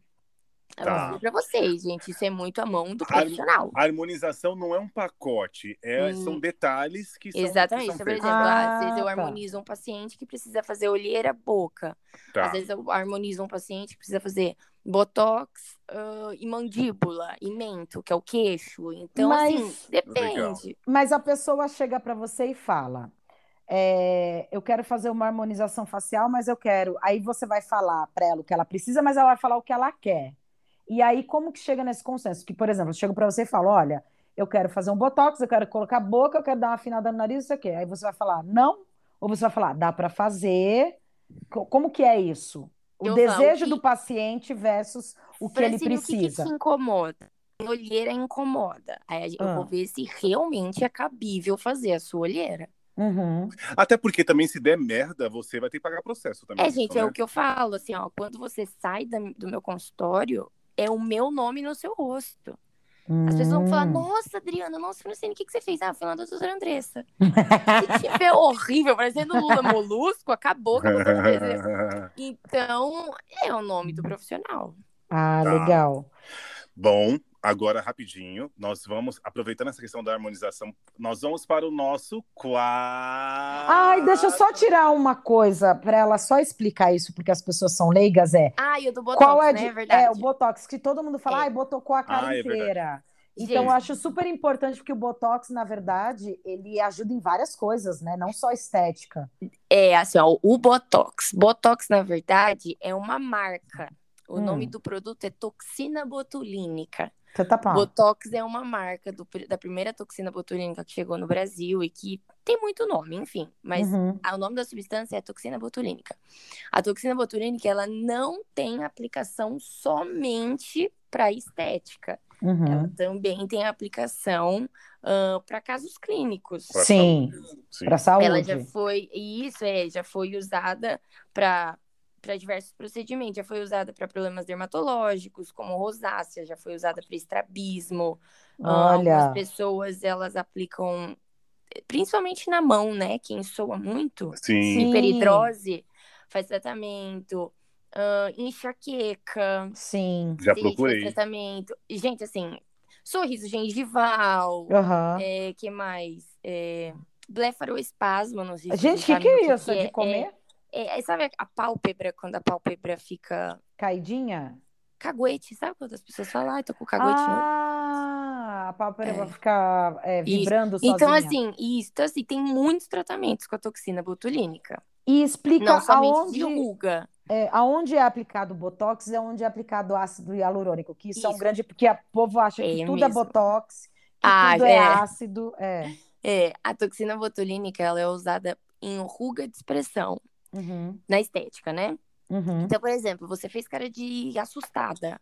S3: Eu
S2: Tá. Ah,
S3: mostrei pra vocês, gente. Isso é muito a mão do profissional.
S2: A harmonização não é um pacote, é-
S3: Hum.
S2: são detalhes que são, que
S3: Exatamente.
S2: são
S3: Então, por
S2: feitos.
S3: exemplo,
S1: Ah,
S3: às vezes eu
S1: tá.
S3: harmonizo um paciente que precisa fazer olheira, boca.
S2: Tá.
S3: Às vezes eu harmonizo um paciente que precisa fazer botox ah, e mandíbula e mento, que é o queixo. Então,
S1: Mas-
S3: assim, depende.
S2: Legal.
S1: Mas a pessoa chega para você e fala: é, Eu quero fazer uma harmonização facial, mas eu quero. Aí você vai falar para ela o que ela precisa, mas ela vai falar o que ela quer. E aí, como que chega nesse consenso? Que, por exemplo, eu chego para você e falo: Olha, eu quero fazer um botox, eu quero colocar a boca, eu quero dar uma afinada no nariz, não sei o quê. Aí você vai falar: Não? Ou você vai falar: Dá para fazer? Co- Como que é isso? O
S3: Eu falo
S1: desejo
S3: que-
S1: do paciente versus o que ele
S3: Francine, o que que
S1: precisa.
S3: te incomoda? Minha olheira incomoda. Aí a gente-
S1: Ah.
S3: eu vou ver se realmente é cabível fazer a sua olheira.
S1: Uhum.
S2: Até porque também, se der merda, você vai ter que pagar processo também.
S3: É,
S2: isso,
S3: gente,
S2: né?
S3: é o que eu falo, assim, ó. Quando você sai da- do meu consultório, é o meu nome no seu rosto. As pessoas vão falar,
S1: Hum.
S3: nossa, Adriana, nossa, Francine, o que, que você fez? Ah, falando da
S1: *laughs*
S3: doutora Andressa. Se tiver horrível, parecendo Lula Molusco, acabou com a doutora Andressa.
S1: *laughs*
S3: Então, é o nome do profissional.
S1: Ah,
S2: Tá.
S1: legal.
S2: *laughs* Bom, agora rapidinho, nós vamos, aproveitando essa questão da harmonização, nós vamos para o nosso quadro.
S1: Ai, deixa eu só tirar uma coisa para ela só explicar isso, porque as pessoas são leigas, é.
S3: Ah, e o do Botox,
S1: Qual é,
S3: né?
S1: de-
S3: É verdade.
S1: é, o Botox, que todo mundo fala,
S3: É.
S1: ai, botocou a cara
S2: Ah, é verdade.
S1: inteira. Então, eu acho super importante, porque o Botox, na verdade, ele ajuda em várias coisas, né? Não só estética.
S3: É, assim, ó, o Botox. Botox, na verdade, é uma marca. O
S1: Hum.
S3: nome do produto é toxina botulínica.
S1: Você tá pá.
S3: Botox é uma marca do pri- da primeira toxina botulínica que chegou no Brasil e que tem muito nome, enfim. Mas
S1: Uhum.
S3: a- o nome da substância é toxina botulínica. A toxina botulínica, ela não tem aplicação somente para estética. Ela
S1: Uhum.
S3: também tem aplicação para casos clínicos.
S2: Pra
S1: Sim,
S2: Sim.
S1: para saúde.
S3: Ela já foi, e isso é, já foi usada para para diversos procedimentos, já foi usada para problemas dermatológicos, como rosácea, já foi usada para estrabismo. Ah,
S1: Olha.
S3: Algumas pessoas elas aplicam principalmente na mão, né, quem soa muito,
S2: Sim.
S1: Sim.
S3: hiperidrose, faz tratamento, ah, enxaqueca,
S1: Sim.
S2: Já
S3: Sim,
S2: procurei.
S3: faz tratamento. E, Gente, assim, sorriso gengival,
S1: Aham.
S3: é, que mais? É, blefaroespasmo nos ritmos
S1: Gente, o que, que é isso de comer?
S3: É, é- sabe a pálpebra, quando a pálpebra fica
S1: Caidinha?
S3: caguete? Sabe quando as pessoas falam, ai, tô com caguete no
S1: Ah, a pálpebra
S3: É.
S1: vai ficar é,
S3: Isso.
S1: vibrando
S3: Então,
S1: sozinha.
S3: assim, isso, então, assim, tem muitos tratamentos com a toxina botulínica.
S1: E explica
S3: Não somente
S1: aonde,
S3: de ruga.
S1: é, aonde é aplicado o botox é onde é aplicado o ácido hialurônico, que isso, é um
S3: Isso.
S1: grande. Porque o povo acha que
S3: É
S1: tudo é
S3: mesmo.
S1: botox, que
S3: Ah,
S1: tudo é,
S3: é.
S1: ácido. É.
S3: É, a toxina botulínica, ela é usada em ruga de expressão,
S1: Uhum,
S3: na estética, né?
S1: uhum.
S3: Então, por exemplo, você fez cara de assustada.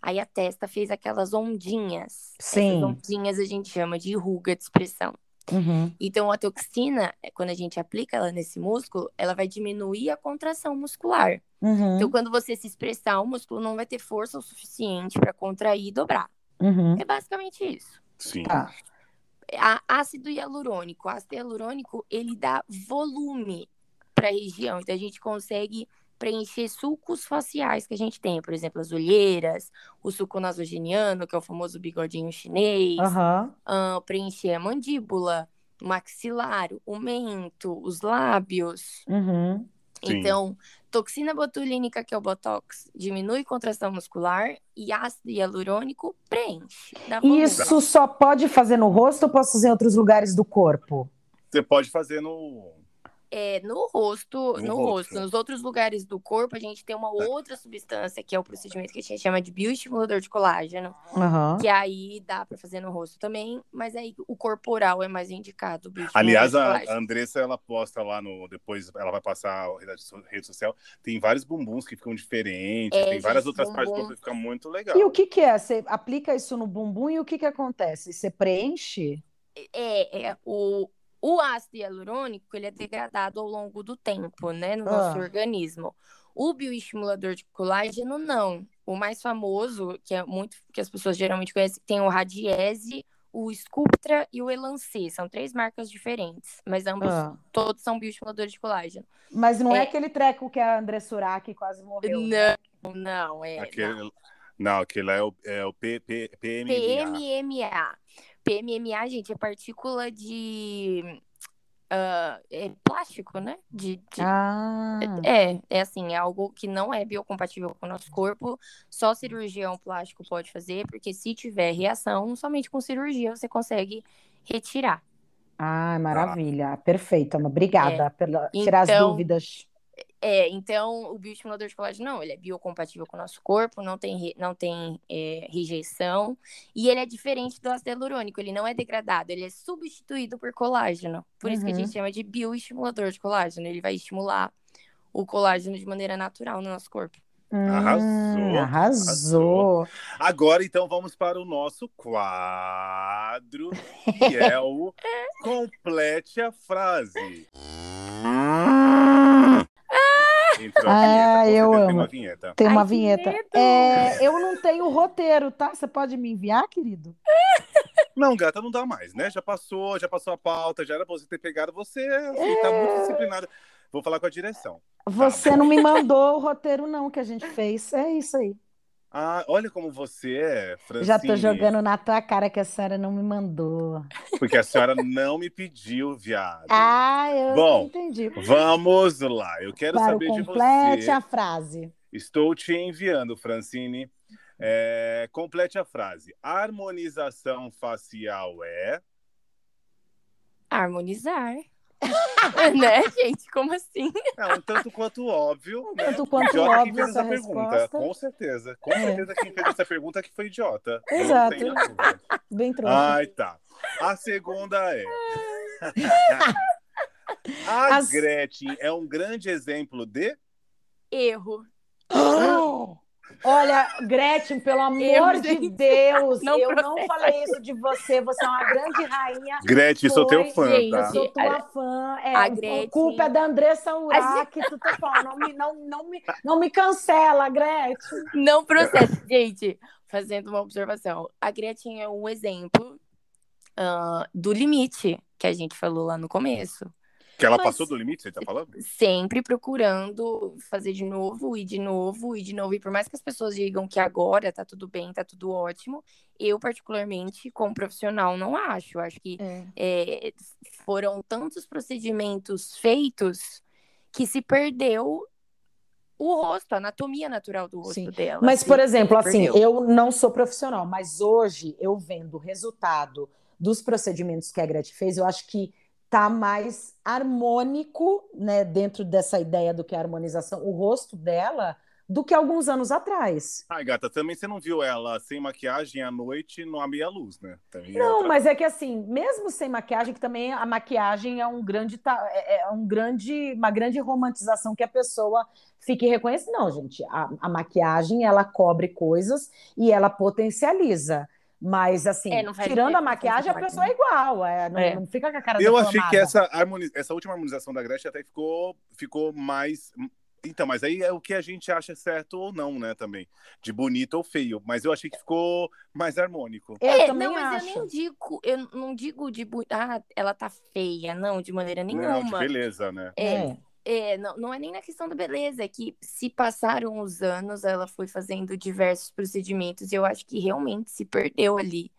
S3: Aí a testa fez aquelas ondinhas.
S1: Sim.
S3: Essas ondinhas a gente chama de ruga de expressão.
S1: Uhum.
S3: Então, a toxina, é, quando a gente aplica ela nesse músculo, ela vai diminuir a contração muscular.
S1: Uhum.
S3: Então, quando você se expressar, o músculo não vai ter força o suficiente para contrair e dobrar.
S1: Uhum.
S3: É basicamente isso.
S2: Sim.
S1: Tá.
S3: A- ácido hialurônico. O ácido hialurônico, ele dá volume para a região. Então, a gente consegue preencher sulcos faciais que a gente tem. Por exemplo, as olheiras, o sulco nasogeniano, que é o famoso bigodinho chinês.
S1: Aham.
S3: ah, preencher a mandíbula, o maxilar, o mento, os lábios.
S1: Uhum.
S2: Sim.
S3: Então, toxina botulínica, que é o Botox, diminui contração muscular e ácido hialurônico preenche. Dá volume.
S1: Isso só pode fazer no rosto ou posso fazer em outros lugares do corpo?
S2: Você pode fazer no.
S3: É, no rosto,
S2: No rosto. Tá.
S3: no, rosto. nos outros lugares do corpo, a gente tem uma outra substância, que é o procedimento que a gente chama de bioestimulador de colágeno,
S1: Aham.
S3: que é aí dá pra fazer no rosto também, mas aí o corporal é mais indicado. o bioestimulador
S2: Aliás,
S3: de
S2: a
S3: colágeno.
S2: a Andressa, ela posta lá no. Depois ela vai passar a rede so- rede social. Tem vários bumbuns que ficam diferentes.
S3: É,
S2: tem várias
S3: gente,
S2: outras partes do
S3: bumbum.
S2: corpo que fica muito legal.
S1: E o que que é? Você aplica isso no bumbum e o que que acontece? Você preenche?
S3: É, é, o, o ácido hialurônico, ele é degradado ao longo do tempo, né, no
S1: Ah.
S3: nosso organismo. O bioestimulador de colágeno, não. O mais famoso, que é muito, que as pessoas geralmente conhecem, tem o Radiese, o Sculptra e o Elancê. São três marcas diferentes, mas ambos,
S1: Ah.
S3: todos são bioestimuladores de colágeno.
S1: Mas não é,
S3: É.
S1: aquele treco que a André Surak quase morreu. né?
S3: Não, não, é... não.
S2: Aquele... Não, aquele lá é o, é o P, P, PMMA.
S3: PMMA. PMMA, gente, é partícula de... ah, é plástico, né? De, de
S1: Ah,
S3: É, é assim, é algo que não é biocompatível com o nosso corpo, só cirurgião plástico pode fazer, porque se tiver reação, somente com cirurgia você consegue retirar.
S1: ah, maravilha. Perfeito, Ana. Obrigada
S2: é.
S1: pela tirar as
S3: Então-
S1: dúvidas.
S3: É, então o bioestimulador de colágeno não, ele é biocompatível com o nosso corpo, não tem, re- não tem é, rejeição, e ele é diferente do ácido hialurônico, ele não é degradado, ele é substituído por colágeno. Por isso que a
S1: Uhum.
S3: gente chama de bioestimulador de colágeno, ele vai estimular o colágeno de maneira natural no nosso corpo.
S2: Arrasou,
S1: Hum, arrasou.
S2: Agora, então, vamos para o nosso quadro, que
S1: *laughs*
S2: é o Complete a Frase. Entrou a vinheta,
S1: Ah,
S2: com
S1: eu
S2: certeza tem
S1: amo.
S2: uma vinheta.
S1: Tem
S3: Ai,
S1: uma
S3: que
S1: vinheta.
S3: medo!
S1: É, eu não tenho roteiro, tá? Você pode me enviar, querido?
S2: Não, gata, não dá mais, né? Já passou, já passou a pauta, já era pra você ter pegado. Você, assim, tá
S1: É.
S2: muito disciplinada. Vou falar com a direção.
S1: Você não
S2: *laughs*
S1: me mandou o roteiro, não, que a gente fez. É isso aí.
S2: Ah, olha como você é, Francine.
S1: Já tô jogando na tua cara que a senhora não me mandou.
S2: Porque a senhora não me pediu, viado.
S1: Ah, eu
S2: Bom,
S1: entendi.
S2: Vamos lá, eu quero
S1: Para o
S2: saber de
S1: complete
S2: você. Né?
S1: a frase.
S2: Estou te enviando, Francine. É, complete a frase. Harmonização facial é.
S3: Harmonizar. né, gente? Como assim?
S2: É um tanto quanto óbvio. né?
S1: Tanto quanto
S2: idiota quem
S1: óbvio
S2: fez
S1: essa
S2: essa pergunta.
S1: resposta. É.
S2: Com certeza. Com certeza quem fez essa pergunta que foi idiota. Não
S1: Exato.
S2: tenho dúvida.
S1: Bem trouxa.
S2: Ai, tá. A segunda
S1: *laughs*
S2: é. A
S1: As-
S2: Gretchen é um grande exemplo de.
S3: Erro.
S1: Olha, Gretchen, pelo amor
S3: Eu,
S1: de
S3: gente,
S1: Deus,
S3: não
S1: eu não falei isso de você. Você é uma grande rainha.
S2: Gretchen, sou teu
S1: Foi,
S2: fã,
S1: Eu
S3: gente,
S2: tá?
S1: sou tua
S3: A-
S1: fã. É,
S3: a
S1: a
S3: Gretchen-
S1: culpa é da Andressa Urach. Tu tá falando, não me, não, não me, não me cancela, Gretchen.
S3: Não processo. Gente, fazendo uma observação. A Gretchen é um exemplo ah, do limite que a gente falou lá no começo.
S2: Que ela
S3: Mas-
S2: passou do limite, você tá falando?
S3: sempre procurando fazer de novo e de novo e de novo. E por mais que as pessoas digam que agora tá tudo bem, tá tudo ótimo, eu, particularmente, como profissional, não acho. Eu Acho que é, foram tantos procedimentos feitos que se perdeu o rosto, a anatomia natural do rosto
S1: Sim.
S3: dela.
S1: Mas, por exemplo, assim,
S3: perdeu.
S1: eu não sou profissional, mas hoje eu vendo o resultado dos procedimentos que a Gretchen fez, eu acho que tá mais harmônico, né, dentro dessa ideia do que é a harmonização, o rosto dela, do que alguns anos atrás.
S2: Ai, gata, também você não viu ela sem maquiagem à noite no à meia-luz, né? Também é
S1: Não,
S2: outra-
S1: mas é que assim, mesmo sem maquiagem, que também a maquiagem é um grande, ta- é é um grande, uma grande romantização que a pessoa fique reconhecendo. Não, gente, a, a maquiagem ela cobre coisas e ela potencializa. Mas assim,
S3: É, não faz
S1: tirando a
S3: diferença,
S1: maquiagem, a
S3: não faz
S1: pessoa é igual. é, não,
S3: É.
S1: não fica com a cara
S2: Eu achei que
S1: deformada.
S2: essa, harmoni- essa última harmonização da Gretchen até ficou, ficou mais. Então, mas aí é o que a gente acha certo ou não, né, também. De bonito ou feio. Mas eu achei que ficou mais harmônico.
S1: Eu
S3: É,
S1: também
S3: não, mas
S1: acho.
S3: eu nem digo, eu não digo de bu- ah, ela tá feia, não, de maneira
S2: Não, né, de
S3: nenhuma.
S2: beleza, né?
S3: É,
S1: É.
S3: É, não, não é nem na questão da beleza, é que se passaram os anos, ela foi fazendo diversos procedimentos e eu acho que realmente se perdeu ali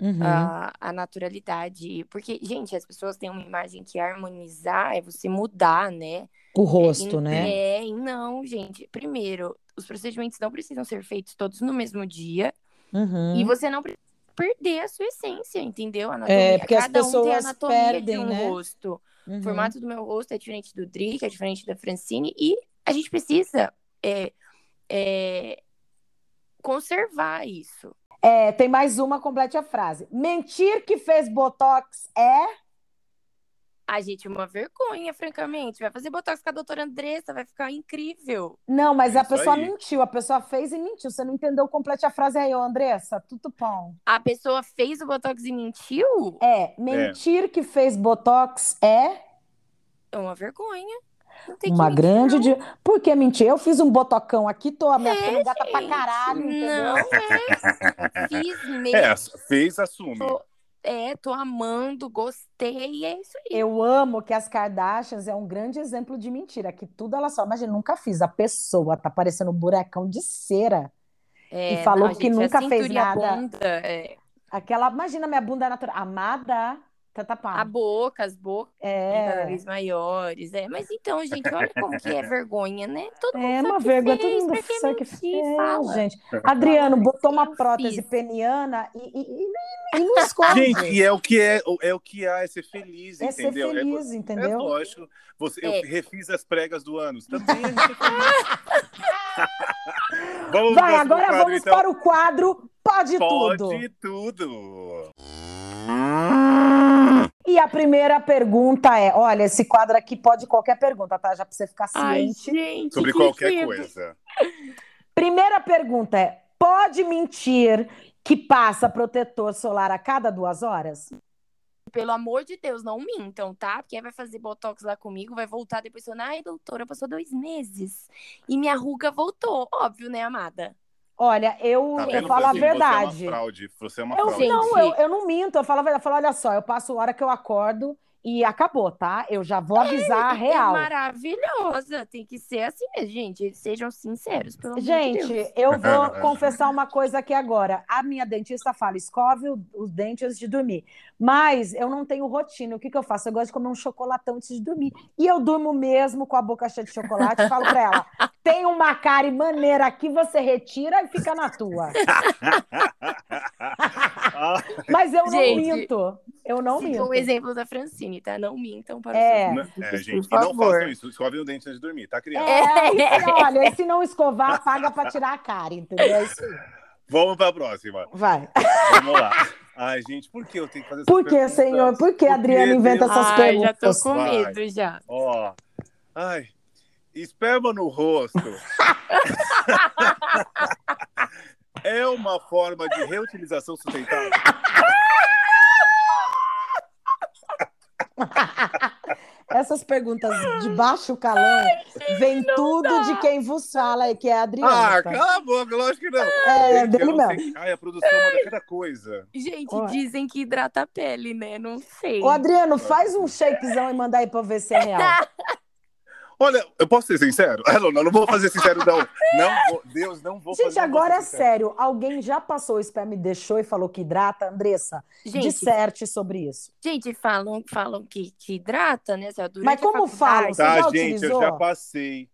S1: Uhum.
S3: a, a naturalidade. Porque, gente, as pessoas têm uma imagem que harmonizar é você mudar, né?
S1: O rosto,
S3: E-
S1: né?
S3: É, e não, gente. Primeiro, os procedimentos não precisam ser feitos todos no mesmo dia
S1: Uhum.
S3: e você não precisa perder a sua essência, entendeu? A
S1: É,
S3: anatomia.
S1: porque as
S3: Cada um tem a
S1: pessoas
S3: anatomia de
S1: perdem,
S3: um
S1: né?
S3: rosto.
S1: Uhum.
S3: O formato do meu rosto é diferente do Drick, é diferente da Francine, e a gente precisa é, é, conservar isso.
S1: É, tem mais uma, complete a frase. Mentir que fez botox é
S3: A gente é uma vergonha, francamente. Vai fazer botox com a doutora Andressa, vai ficar incrível.
S1: Não, mas
S2: É
S1: a
S2: isso
S1: pessoa
S2: aí.
S1: mentiu, a pessoa fez e mentiu. Você não entendeu completa a frase aí, ô Andressa? Tudo bom.
S3: A pessoa fez o botox e mentiu?
S1: É, mentir que fez botox é
S3: É uma vergonha. Não tem que
S1: uma
S3: mentir,
S1: grande.
S3: não.
S1: De... Por que mentir? Eu fiz um botocão aqui, tô a minha
S3: É,
S1: filha gata pra
S3: gente.
S1: caralho, entendeu?
S3: Não é. Fiz mesmo.
S2: É, fez, assume.
S3: É, tô amando, gostei, e é isso aí.
S1: Eu amo que as Kardashians é um grande exemplo de mentira, que tudo ela só. Imagina, nunca fiz. A pessoa tá parecendo um buracão de cera.
S3: É,
S1: falou que
S3: gente, a
S1: nunca fez
S3: cintura e a
S1: nada.
S3: bunda, é,
S1: Aquela. Imagina minha bunda natural. Amada, tatapá.
S3: a boca, as bocas. cada
S1: Ah. É.
S3: vez maiores. É, mas então, gente, olha como que é vergonha, né? Todo mundo
S1: É
S3: sabe
S1: uma
S3: que
S1: vergonha,
S3: fez,
S1: todo mundo
S3: pra que
S1: sabe que
S3: mentir?
S1: fez,
S3: Fala.
S1: gente.
S2: É.
S1: Adriano botou uma
S3: Eu
S1: prótese
S3: fiz.
S1: peniana e, e, e, né, e não esconde.
S2: Gente, e é o que é, é o que há, é ser feliz,
S1: é ser
S2: entendeu? É você-
S1: feliz, entendeu?
S2: É lógico. Você,
S3: É.
S2: Eu refiz as pregas do ânus. Também é
S1: *laughs*
S2: muito feliz. *laughs* Vamos
S1: Vai,
S2: pro
S1: agora
S2: quadro,
S1: vamos
S2: então.
S1: para o quadro Pode, Tudo.
S2: Pode tudo.
S1: E a primeira pergunta é, olha, esse quadro aqui pode qualquer pergunta, tá? Já pra você ficar
S3: Ai,
S1: ciente.
S3: gente.
S2: Sobre
S3: que
S2: qualquer
S3: medo.
S2: coisa.
S1: Primeira pergunta é, pode mentir que passa protetor solar a cada duas horas?
S3: Pelo amor de Deus, não mintam, tá? Porque aí vai fazer botox lá comigo, vai voltar depois falando, ai, doutora, passou dois meses e minha ruga voltou. Óbvio, né, amada?
S1: Olha, eu,
S2: Tá
S1: eu
S2: vendo,
S1: falo a
S2: Francine? Você é
S1: verdade.
S2: uma fraude. Você é uma
S1: Eu,
S2: fraude.
S1: não,
S3: Gente.
S1: eu, eu não minto, eu falo a verdade. Eu falo, olha só, eu passo a hora que eu acordo e acabou, tá? Eu já vou avisar a
S3: É
S1: real.
S3: maravilhosa, tem que ser assim, né, gente? Eles sejam sinceros, pelo amor de Deus.
S1: Gente, *laughs* eu vou confessar uma coisa aqui agora. A minha dentista fala, escove o- os dentes antes de dormir. Mas eu não tenho rotina. O que, que eu faço? Eu gosto de comer um chocolatão antes de dormir. E eu durmo mesmo com a boca cheia de chocolate. e Falo pra
S3: *laughs*
S1: ela, tem uma cara e maneira aqui, você retira e fica na tua.
S2: Ah,
S1: Mas eu não
S3: Gente, um
S1: minto. Eu não
S3: Sigam
S1: minto.
S3: o exemplo da Francine, tá? Não mintam para os
S1: É.
S3: seus
S2: né?
S3: dentistas,
S2: É, gente, e
S3: por
S2: não
S3: favor.
S2: façam isso. Escovem o dente antes de dormir,
S1: *laughs*
S2: tá, criança?
S1: É, e se, olha, e se não escovar, paga pra tirar a cara, entendeu? É isso aí.
S2: Vamos pra próxima.
S1: Vai.
S2: Vamos lá. Ai, gente, por que eu tenho que fazer essas
S1: Por que,
S2: perguntas?
S1: senhor? Por que
S2: Por
S1: Adriano
S2: que,
S1: inventa
S2: Deus?
S1: essas
S3: Ai, já
S1: perguntas?
S3: tô com
S2: Vai.
S3: medo já.
S2: Ó. Ai. Esperma no
S1: *laughs*
S2: rosto. é uma forma de reutilização sustentável.
S1: Essas perguntas de baixo calão vem tudo de quem vos fala, que é a Adriana.
S2: Ah, cala a boca, lógico que não.
S1: É,
S2: Gente,
S1: dele
S2: eu não
S1: mesmo.
S2: sei- Ai, a produção manda cada coisa.
S3: Gente,
S1: Ué.
S3: dizem que hidrata a pele, né? Não sei.
S1: Ô, Adriano, faz um shakezão e manda aí pra eu ver se é real.
S2: Tá, Olha, eu posso ser sincero? *laughs* Ah, não, não, não vou fazer sincero, não. Não vou, Deus, não vou
S1: Gente,
S2: fazer. um não
S1: agora
S2: vou
S1: é
S2: ser
S1: sério. Alguém já passou o esperma e deixou e falou que hidrata? Andressa,
S3: Gente,
S1: disserte sobre isso.
S3: gente falam, falam que, que hidrata, né? Zé? Durante
S1: Mas
S3: a
S1: como falam?
S3: faculdade-
S1: Você já
S2: Tá, gente, eu
S1: utilizou?
S2: já passei.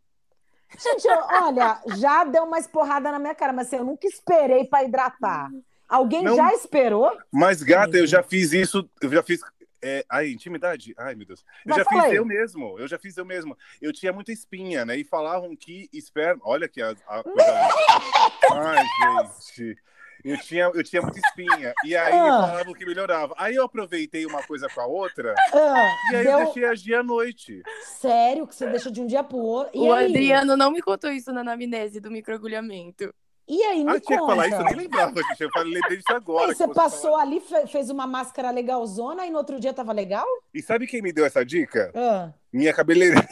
S1: Gente, eu- olha, já deu umas porradas na minha cara, mas assim, eu nunca esperei pra hidratar. Alguém
S2: Não.
S1: já esperou?
S2: Mas, gata, eu já fiz isso, eu já fiz. É, ai, intimidade? Ai, meu Deus. Eu
S1: Mas
S2: já
S1: fala
S2: fiz
S1: aí.
S2: eu mesmo. Eu já fiz eu mesmo. Eu tinha muita espinha, né? E falavam que esperma. Olha que a.
S1: *laughs*
S2: a- a- ai, gente. Eu tinha, eu tinha muita espinha. E aí
S1: Ah.
S2: falavam que melhorava. Aí eu aproveitei uma coisa com a outra.
S1: Ah,
S2: E aí
S1: deu...
S2: eu deixei agir à noite.
S1: Sério que você deixa de um dia pro outro? E
S3: O
S1: aí?
S3: Adriano não me contou isso na anamnese do microagulhamento.
S1: E aí, me
S2: ah, tinha que
S1: conta.
S2: falar isso, eu nem lembrava, gente. Eu falei disso agora.
S1: Aí
S2: que
S1: você passou
S2: falou.
S1: ali, fe- fez uma máscara legalzona e no outro dia tava legal?
S2: E sabe quem me deu essa dica?
S1: Ah.
S2: Minha cabeleireira.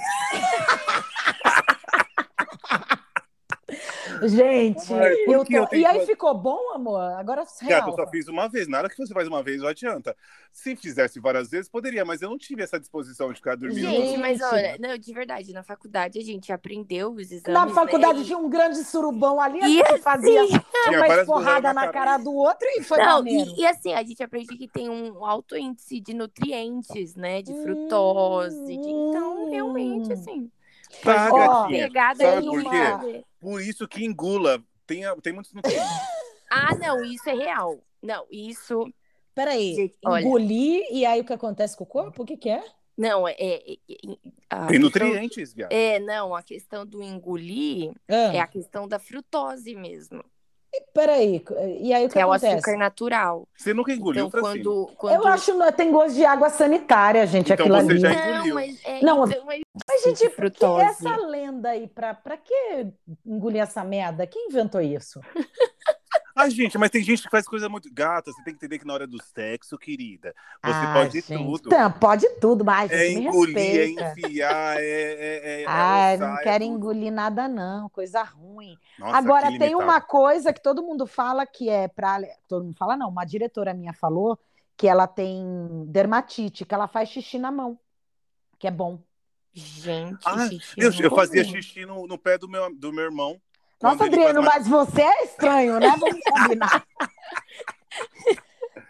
S1: Gente,
S2: Ai, por
S1: eu
S2: que
S1: tô-
S2: eu tenho
S1: e aí
S2: que-
S1: ficou bom, amor? Agora é
S2: Gato,
S1: real.
S2: eu só fiz uma vez. Nada que você faz uma vez não adianta. Se fizesse várias vezes, poderia, mas eu não tive essa disposição de ficar dormindo.
S3: Gente, mas
S1: Gente.
S3: olha, não, de verdade, na faculdade a gente aprendeu os exames.
S1: Na faculdade
S3: né?
S1: tinha um grande surubão ali,
S3: E
S1: a gente fazia
S2: Tinha
S1: uma
S2: várias
S1: esporrada
S2: borradas
S1: na cara do outro e foi
S3: Não,
S1: maneiro.
S3: e, e assim, a gente aprende que tem um alto índice de nutrientes, né? De frutose. de-
S1: Hum.
S3: Então, realmente, assim.
S2: Tá,
S1: Ó,
S2: gatinha.
S3: Pegada
S2: sabe
S3: de
S2: por
S3: uma-
S1: quê?
S2: Por isso que engula. Tem, a- tem muitos nutrientes.
S1: Então,
S3: Ah, não, isso é real. Não, isso.
S1: Peraí,
S3: Gente, olha.
S1: engolir e aí o que acontece com o corpo? O que que é?
S3: Não, é. é- é- é- a
S2: Tem
S3: questão-
S2: nutrientes, viado.
S3: É, não, a questão do engolir
S1: Ah,
S3: é a questão da frutose mesmo,
S1: Peraí, e aí o que
S3: que é o
S1: acontece?
S3: açúcar natural.
S2: Você nunca engoliu,
S3: então,
S2: Francine?
S3: quando, quando.
S1: Eu acho que é, tem gosto de água sanitária, gente,
S2: Então
S1: aquilo
S2: você
S1: ali.
S2: já
S3: Não,
S2: engoliu.
S3: mas. É,
S1: Não,
S3: então, mas-
S1: Mas, gente,
S3: de
S1: por que
S3: frutose.
S1: essa lenda aí? Pra, pra que engolir essa merda? Quem inventou isso?
S2: Ai, Ah, gente, mas tem gente que faz coisa muito. Gata, você tem que entender que na hora do sexo, querida, você
S1: Ah,
S2: pode
S1: gente.
S2: tudo.
S1: Não, Então, pode tudo, mas
S2: É
S1: me
S2: engolir,
S1: respeita.
S2: é enfiar, é. é, é
S1: Ah, eu
S2: roçar,
S1: não
S2: é
S1: quero
S2: tudo.
S1: engolir nada, não, coisa ruim.
S2: Nossa,
S1: Agora,
S2: que
S1: tem
S2: limitado.
S1: uma coisa que todo mundo fala que é para. Todo mundo fala, não, uma diretora minha falou que ela tem dermatite, que ela faz xixi na mão, que é bom.
S3: Gente,
S2: Ah,
S3: xixi
S2: Eu,
S3: não
S2: eu fazia
S3: comi.
S2: xixi no, no pé do meu, do meu irmão.
S1: Nossa,
S2: Quando ele
S1: Adriano,
S2: faz uma-
S1: mas você é estranho, né? Vamos
S2: *laughs*
S1: combinar.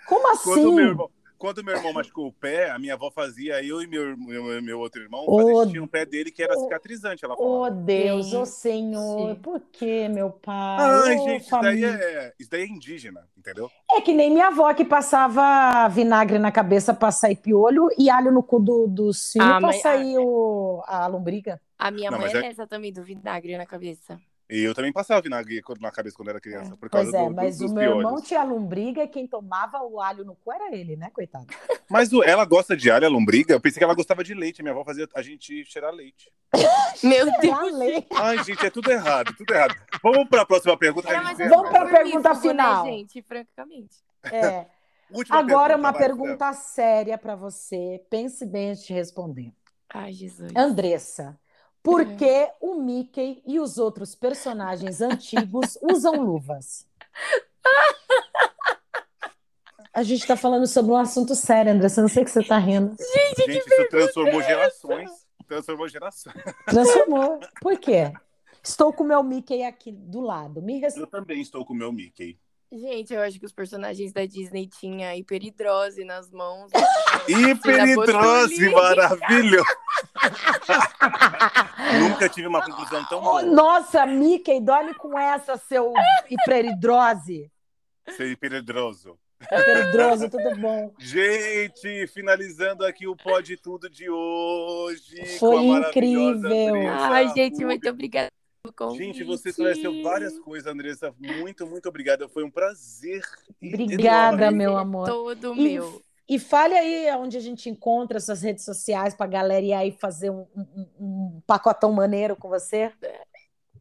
S1: Como
S2: Quando
S1: assim?
S2: o meu irmão, quando meu irmão machucou o pé, a minha avó fazia, eu e meu, meu, meu outro irmão,
S1: Ô,
S2: fazia xixi no pé dele, que era
S1: ô,
S2: cicatrizante, ela
S1: Ô,
S2: falava.
S1: Deus, ô
S3: Gente.
S1: Senhor, por que, meu pai?
S2: Ai,
S1: Ô,
S2: gente, isso daí,
S1: família.
S2: é, isso daí é indígena, entendeu?
S1: É que nem minha avó que passava vinagre na cabeça pra sair piolho e alho no cu do, do cio
S3: Ah,
S1: pra
S3: mas-
S1: sair o- a lombriga.
S3: A minha
S2: Não,
S3: mãe
S2: mas
S3: era
S2: é-
S3: essa também do vinagre na cabeça.
S2: E eu também passava vinagre quando- na cabeça quando era criança, por causa
S1: Pois é,
S2: do, do,
S1: mas
S2: dos
S1: o meu irmão
S2: piolhos.
S1: tinha lombriga e quem tomava o alho no cu era ele, né, coitado?
S3: *laughs*
S2: Mas o- ela gosta de alho, a lombriga? Eu pensei que ela gostava de leite, minha avó fazia a gente cheirar leite.
S3: Meu Deus.
S1: Era lei.
S2: *laughs* Ai, gente, é tudo errado, tudo errado. Vamos para a próxima pergunta. que a
S3: Era
S2: gente
S3: mais
S2: tem
S3: um
S1: Vamos pra
S2: agora.
S3: formífugo,
S1: pergunta final.
S3: Né, gente, francamente.
S1: É.
S2: Última
S1: Agora uma
S2: vai, Fran.
S1: pergunta séria pra você. Pense bem antes de responder.
S3: Ai, Jesus.
S1: Andressa, por
S3: Hum.
S1: que o Mickey e os outros personagens
S3: *laughs*
S1: antigos usam luvas? A gente tá falando sobre um assunto sério, Andressa. Eu Não sei que você tá rindo.
S2: Gente, isso transformou gerações. Transformou gerações.
S1: Transformou. Por quê? Estou com o meu Mickey aqui do lado. Me res...
S2: Eu também estou com o meu Mickey.
S3: Gente, eu acho que os personagens da Disney tinham hiperidrose nas mãos.
S2: Hiperitrose,
S3: Botulina.
S2: maravilhoso! *laughs* Nunca tive uma conclusão tão
S1: Oh,
S2: boa.
S1: nossa, Mickey, dorme com essa, seu *laughs* hiperidrose.
S2: Ser hiperidroso.
S1: Hiperidrose, tudo bom.
S2: Gente, finalizando aqui o Pode Tudo de hoje.
S1: Foi
S2: com a maravilhosa
S1: incrível.
S2: Andressa
S3: Ai, gente,
S2: Rubi.
S3: muito obrigada pelo convite.
S2: Gente, você esclareceu várias coisas, Andressa. Muito, muito obrigada. Foi um prazer.
S1: Obrigada,
S2: enorme.
S1: meu amor.
S3: Todo
S1: E-
S3: meu.
S1: E fale aí onde a gente encontra suas redes sociais pra galera ir aí fazer um, um- um pacotão maneiro com você.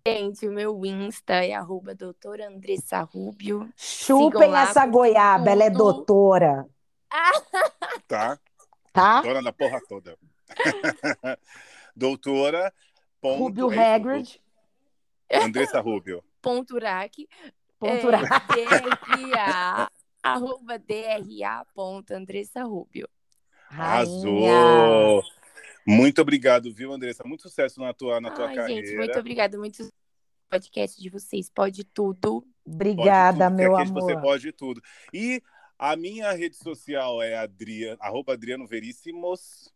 S3: Gente, o meu Insta é arroba doutora Andressa Rubio.
S1: Chupem
S3: lá,
S1: essa goiaba, ela é
S3: tudo.
S1: doutora,
S2: Tá?
S1: tá?
S2: Dona da porra toda. *laughs* Doutora. Ponto,
S1: Rubio
S2: é isso,
S1: Hagrid,
S2: Andressa
S1: *laughs*
S2: Rubio.
S3: Ponturac. É.
S1: pontura.
S3: DRA, *laughs* arroba DRA ponto Andressa Rubio.
S2: Arrasou! Muito obrigado, viu, Andressa? Muito sucesso na tua, na tua
S3: Ai,
S2: carreira.
S3: gente, muito obrigada. Muito podcast de vocês. Pode tudo.
S2: Pode
S1: Obrigada,
S2: tudo, que
S1: meu
S2: aqui Você
S1: amor.
S2: pode tudo. E a minha rede social é Adriano, arroba Adriano Veríssimos.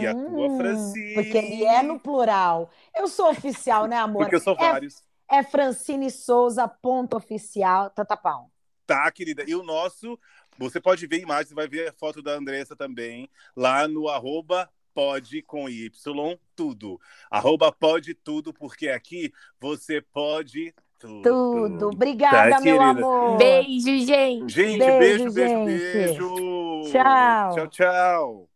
S2: E a tua,
S1: Hum,
S2: Francine?
S1: Porque ele é no plural. Eu sou oficial, né, amor?
S2: Porque eu sou
S1: é,
S2: vários.
S1: é Francine Souza, ponto oficial, tatapão.
S2: Tá, querida. E o nosso, você pode ver imagens, vai ver a foto da Andressa também, lá no arroba pode com Y tudo. Arroba pode tudo, porque aqui você pode tudo.
S1: Tudo. Obrigada,
S2: Tá,
S1: meu
S2: querida.
S1: amor.
S3: Beijo, gente!
S2: Gente, beijo,
S1: Beijo,
S2: beijo,
S1: gente.
S2: beijo.
S1: Tchau.
S2: Tchau, tchau.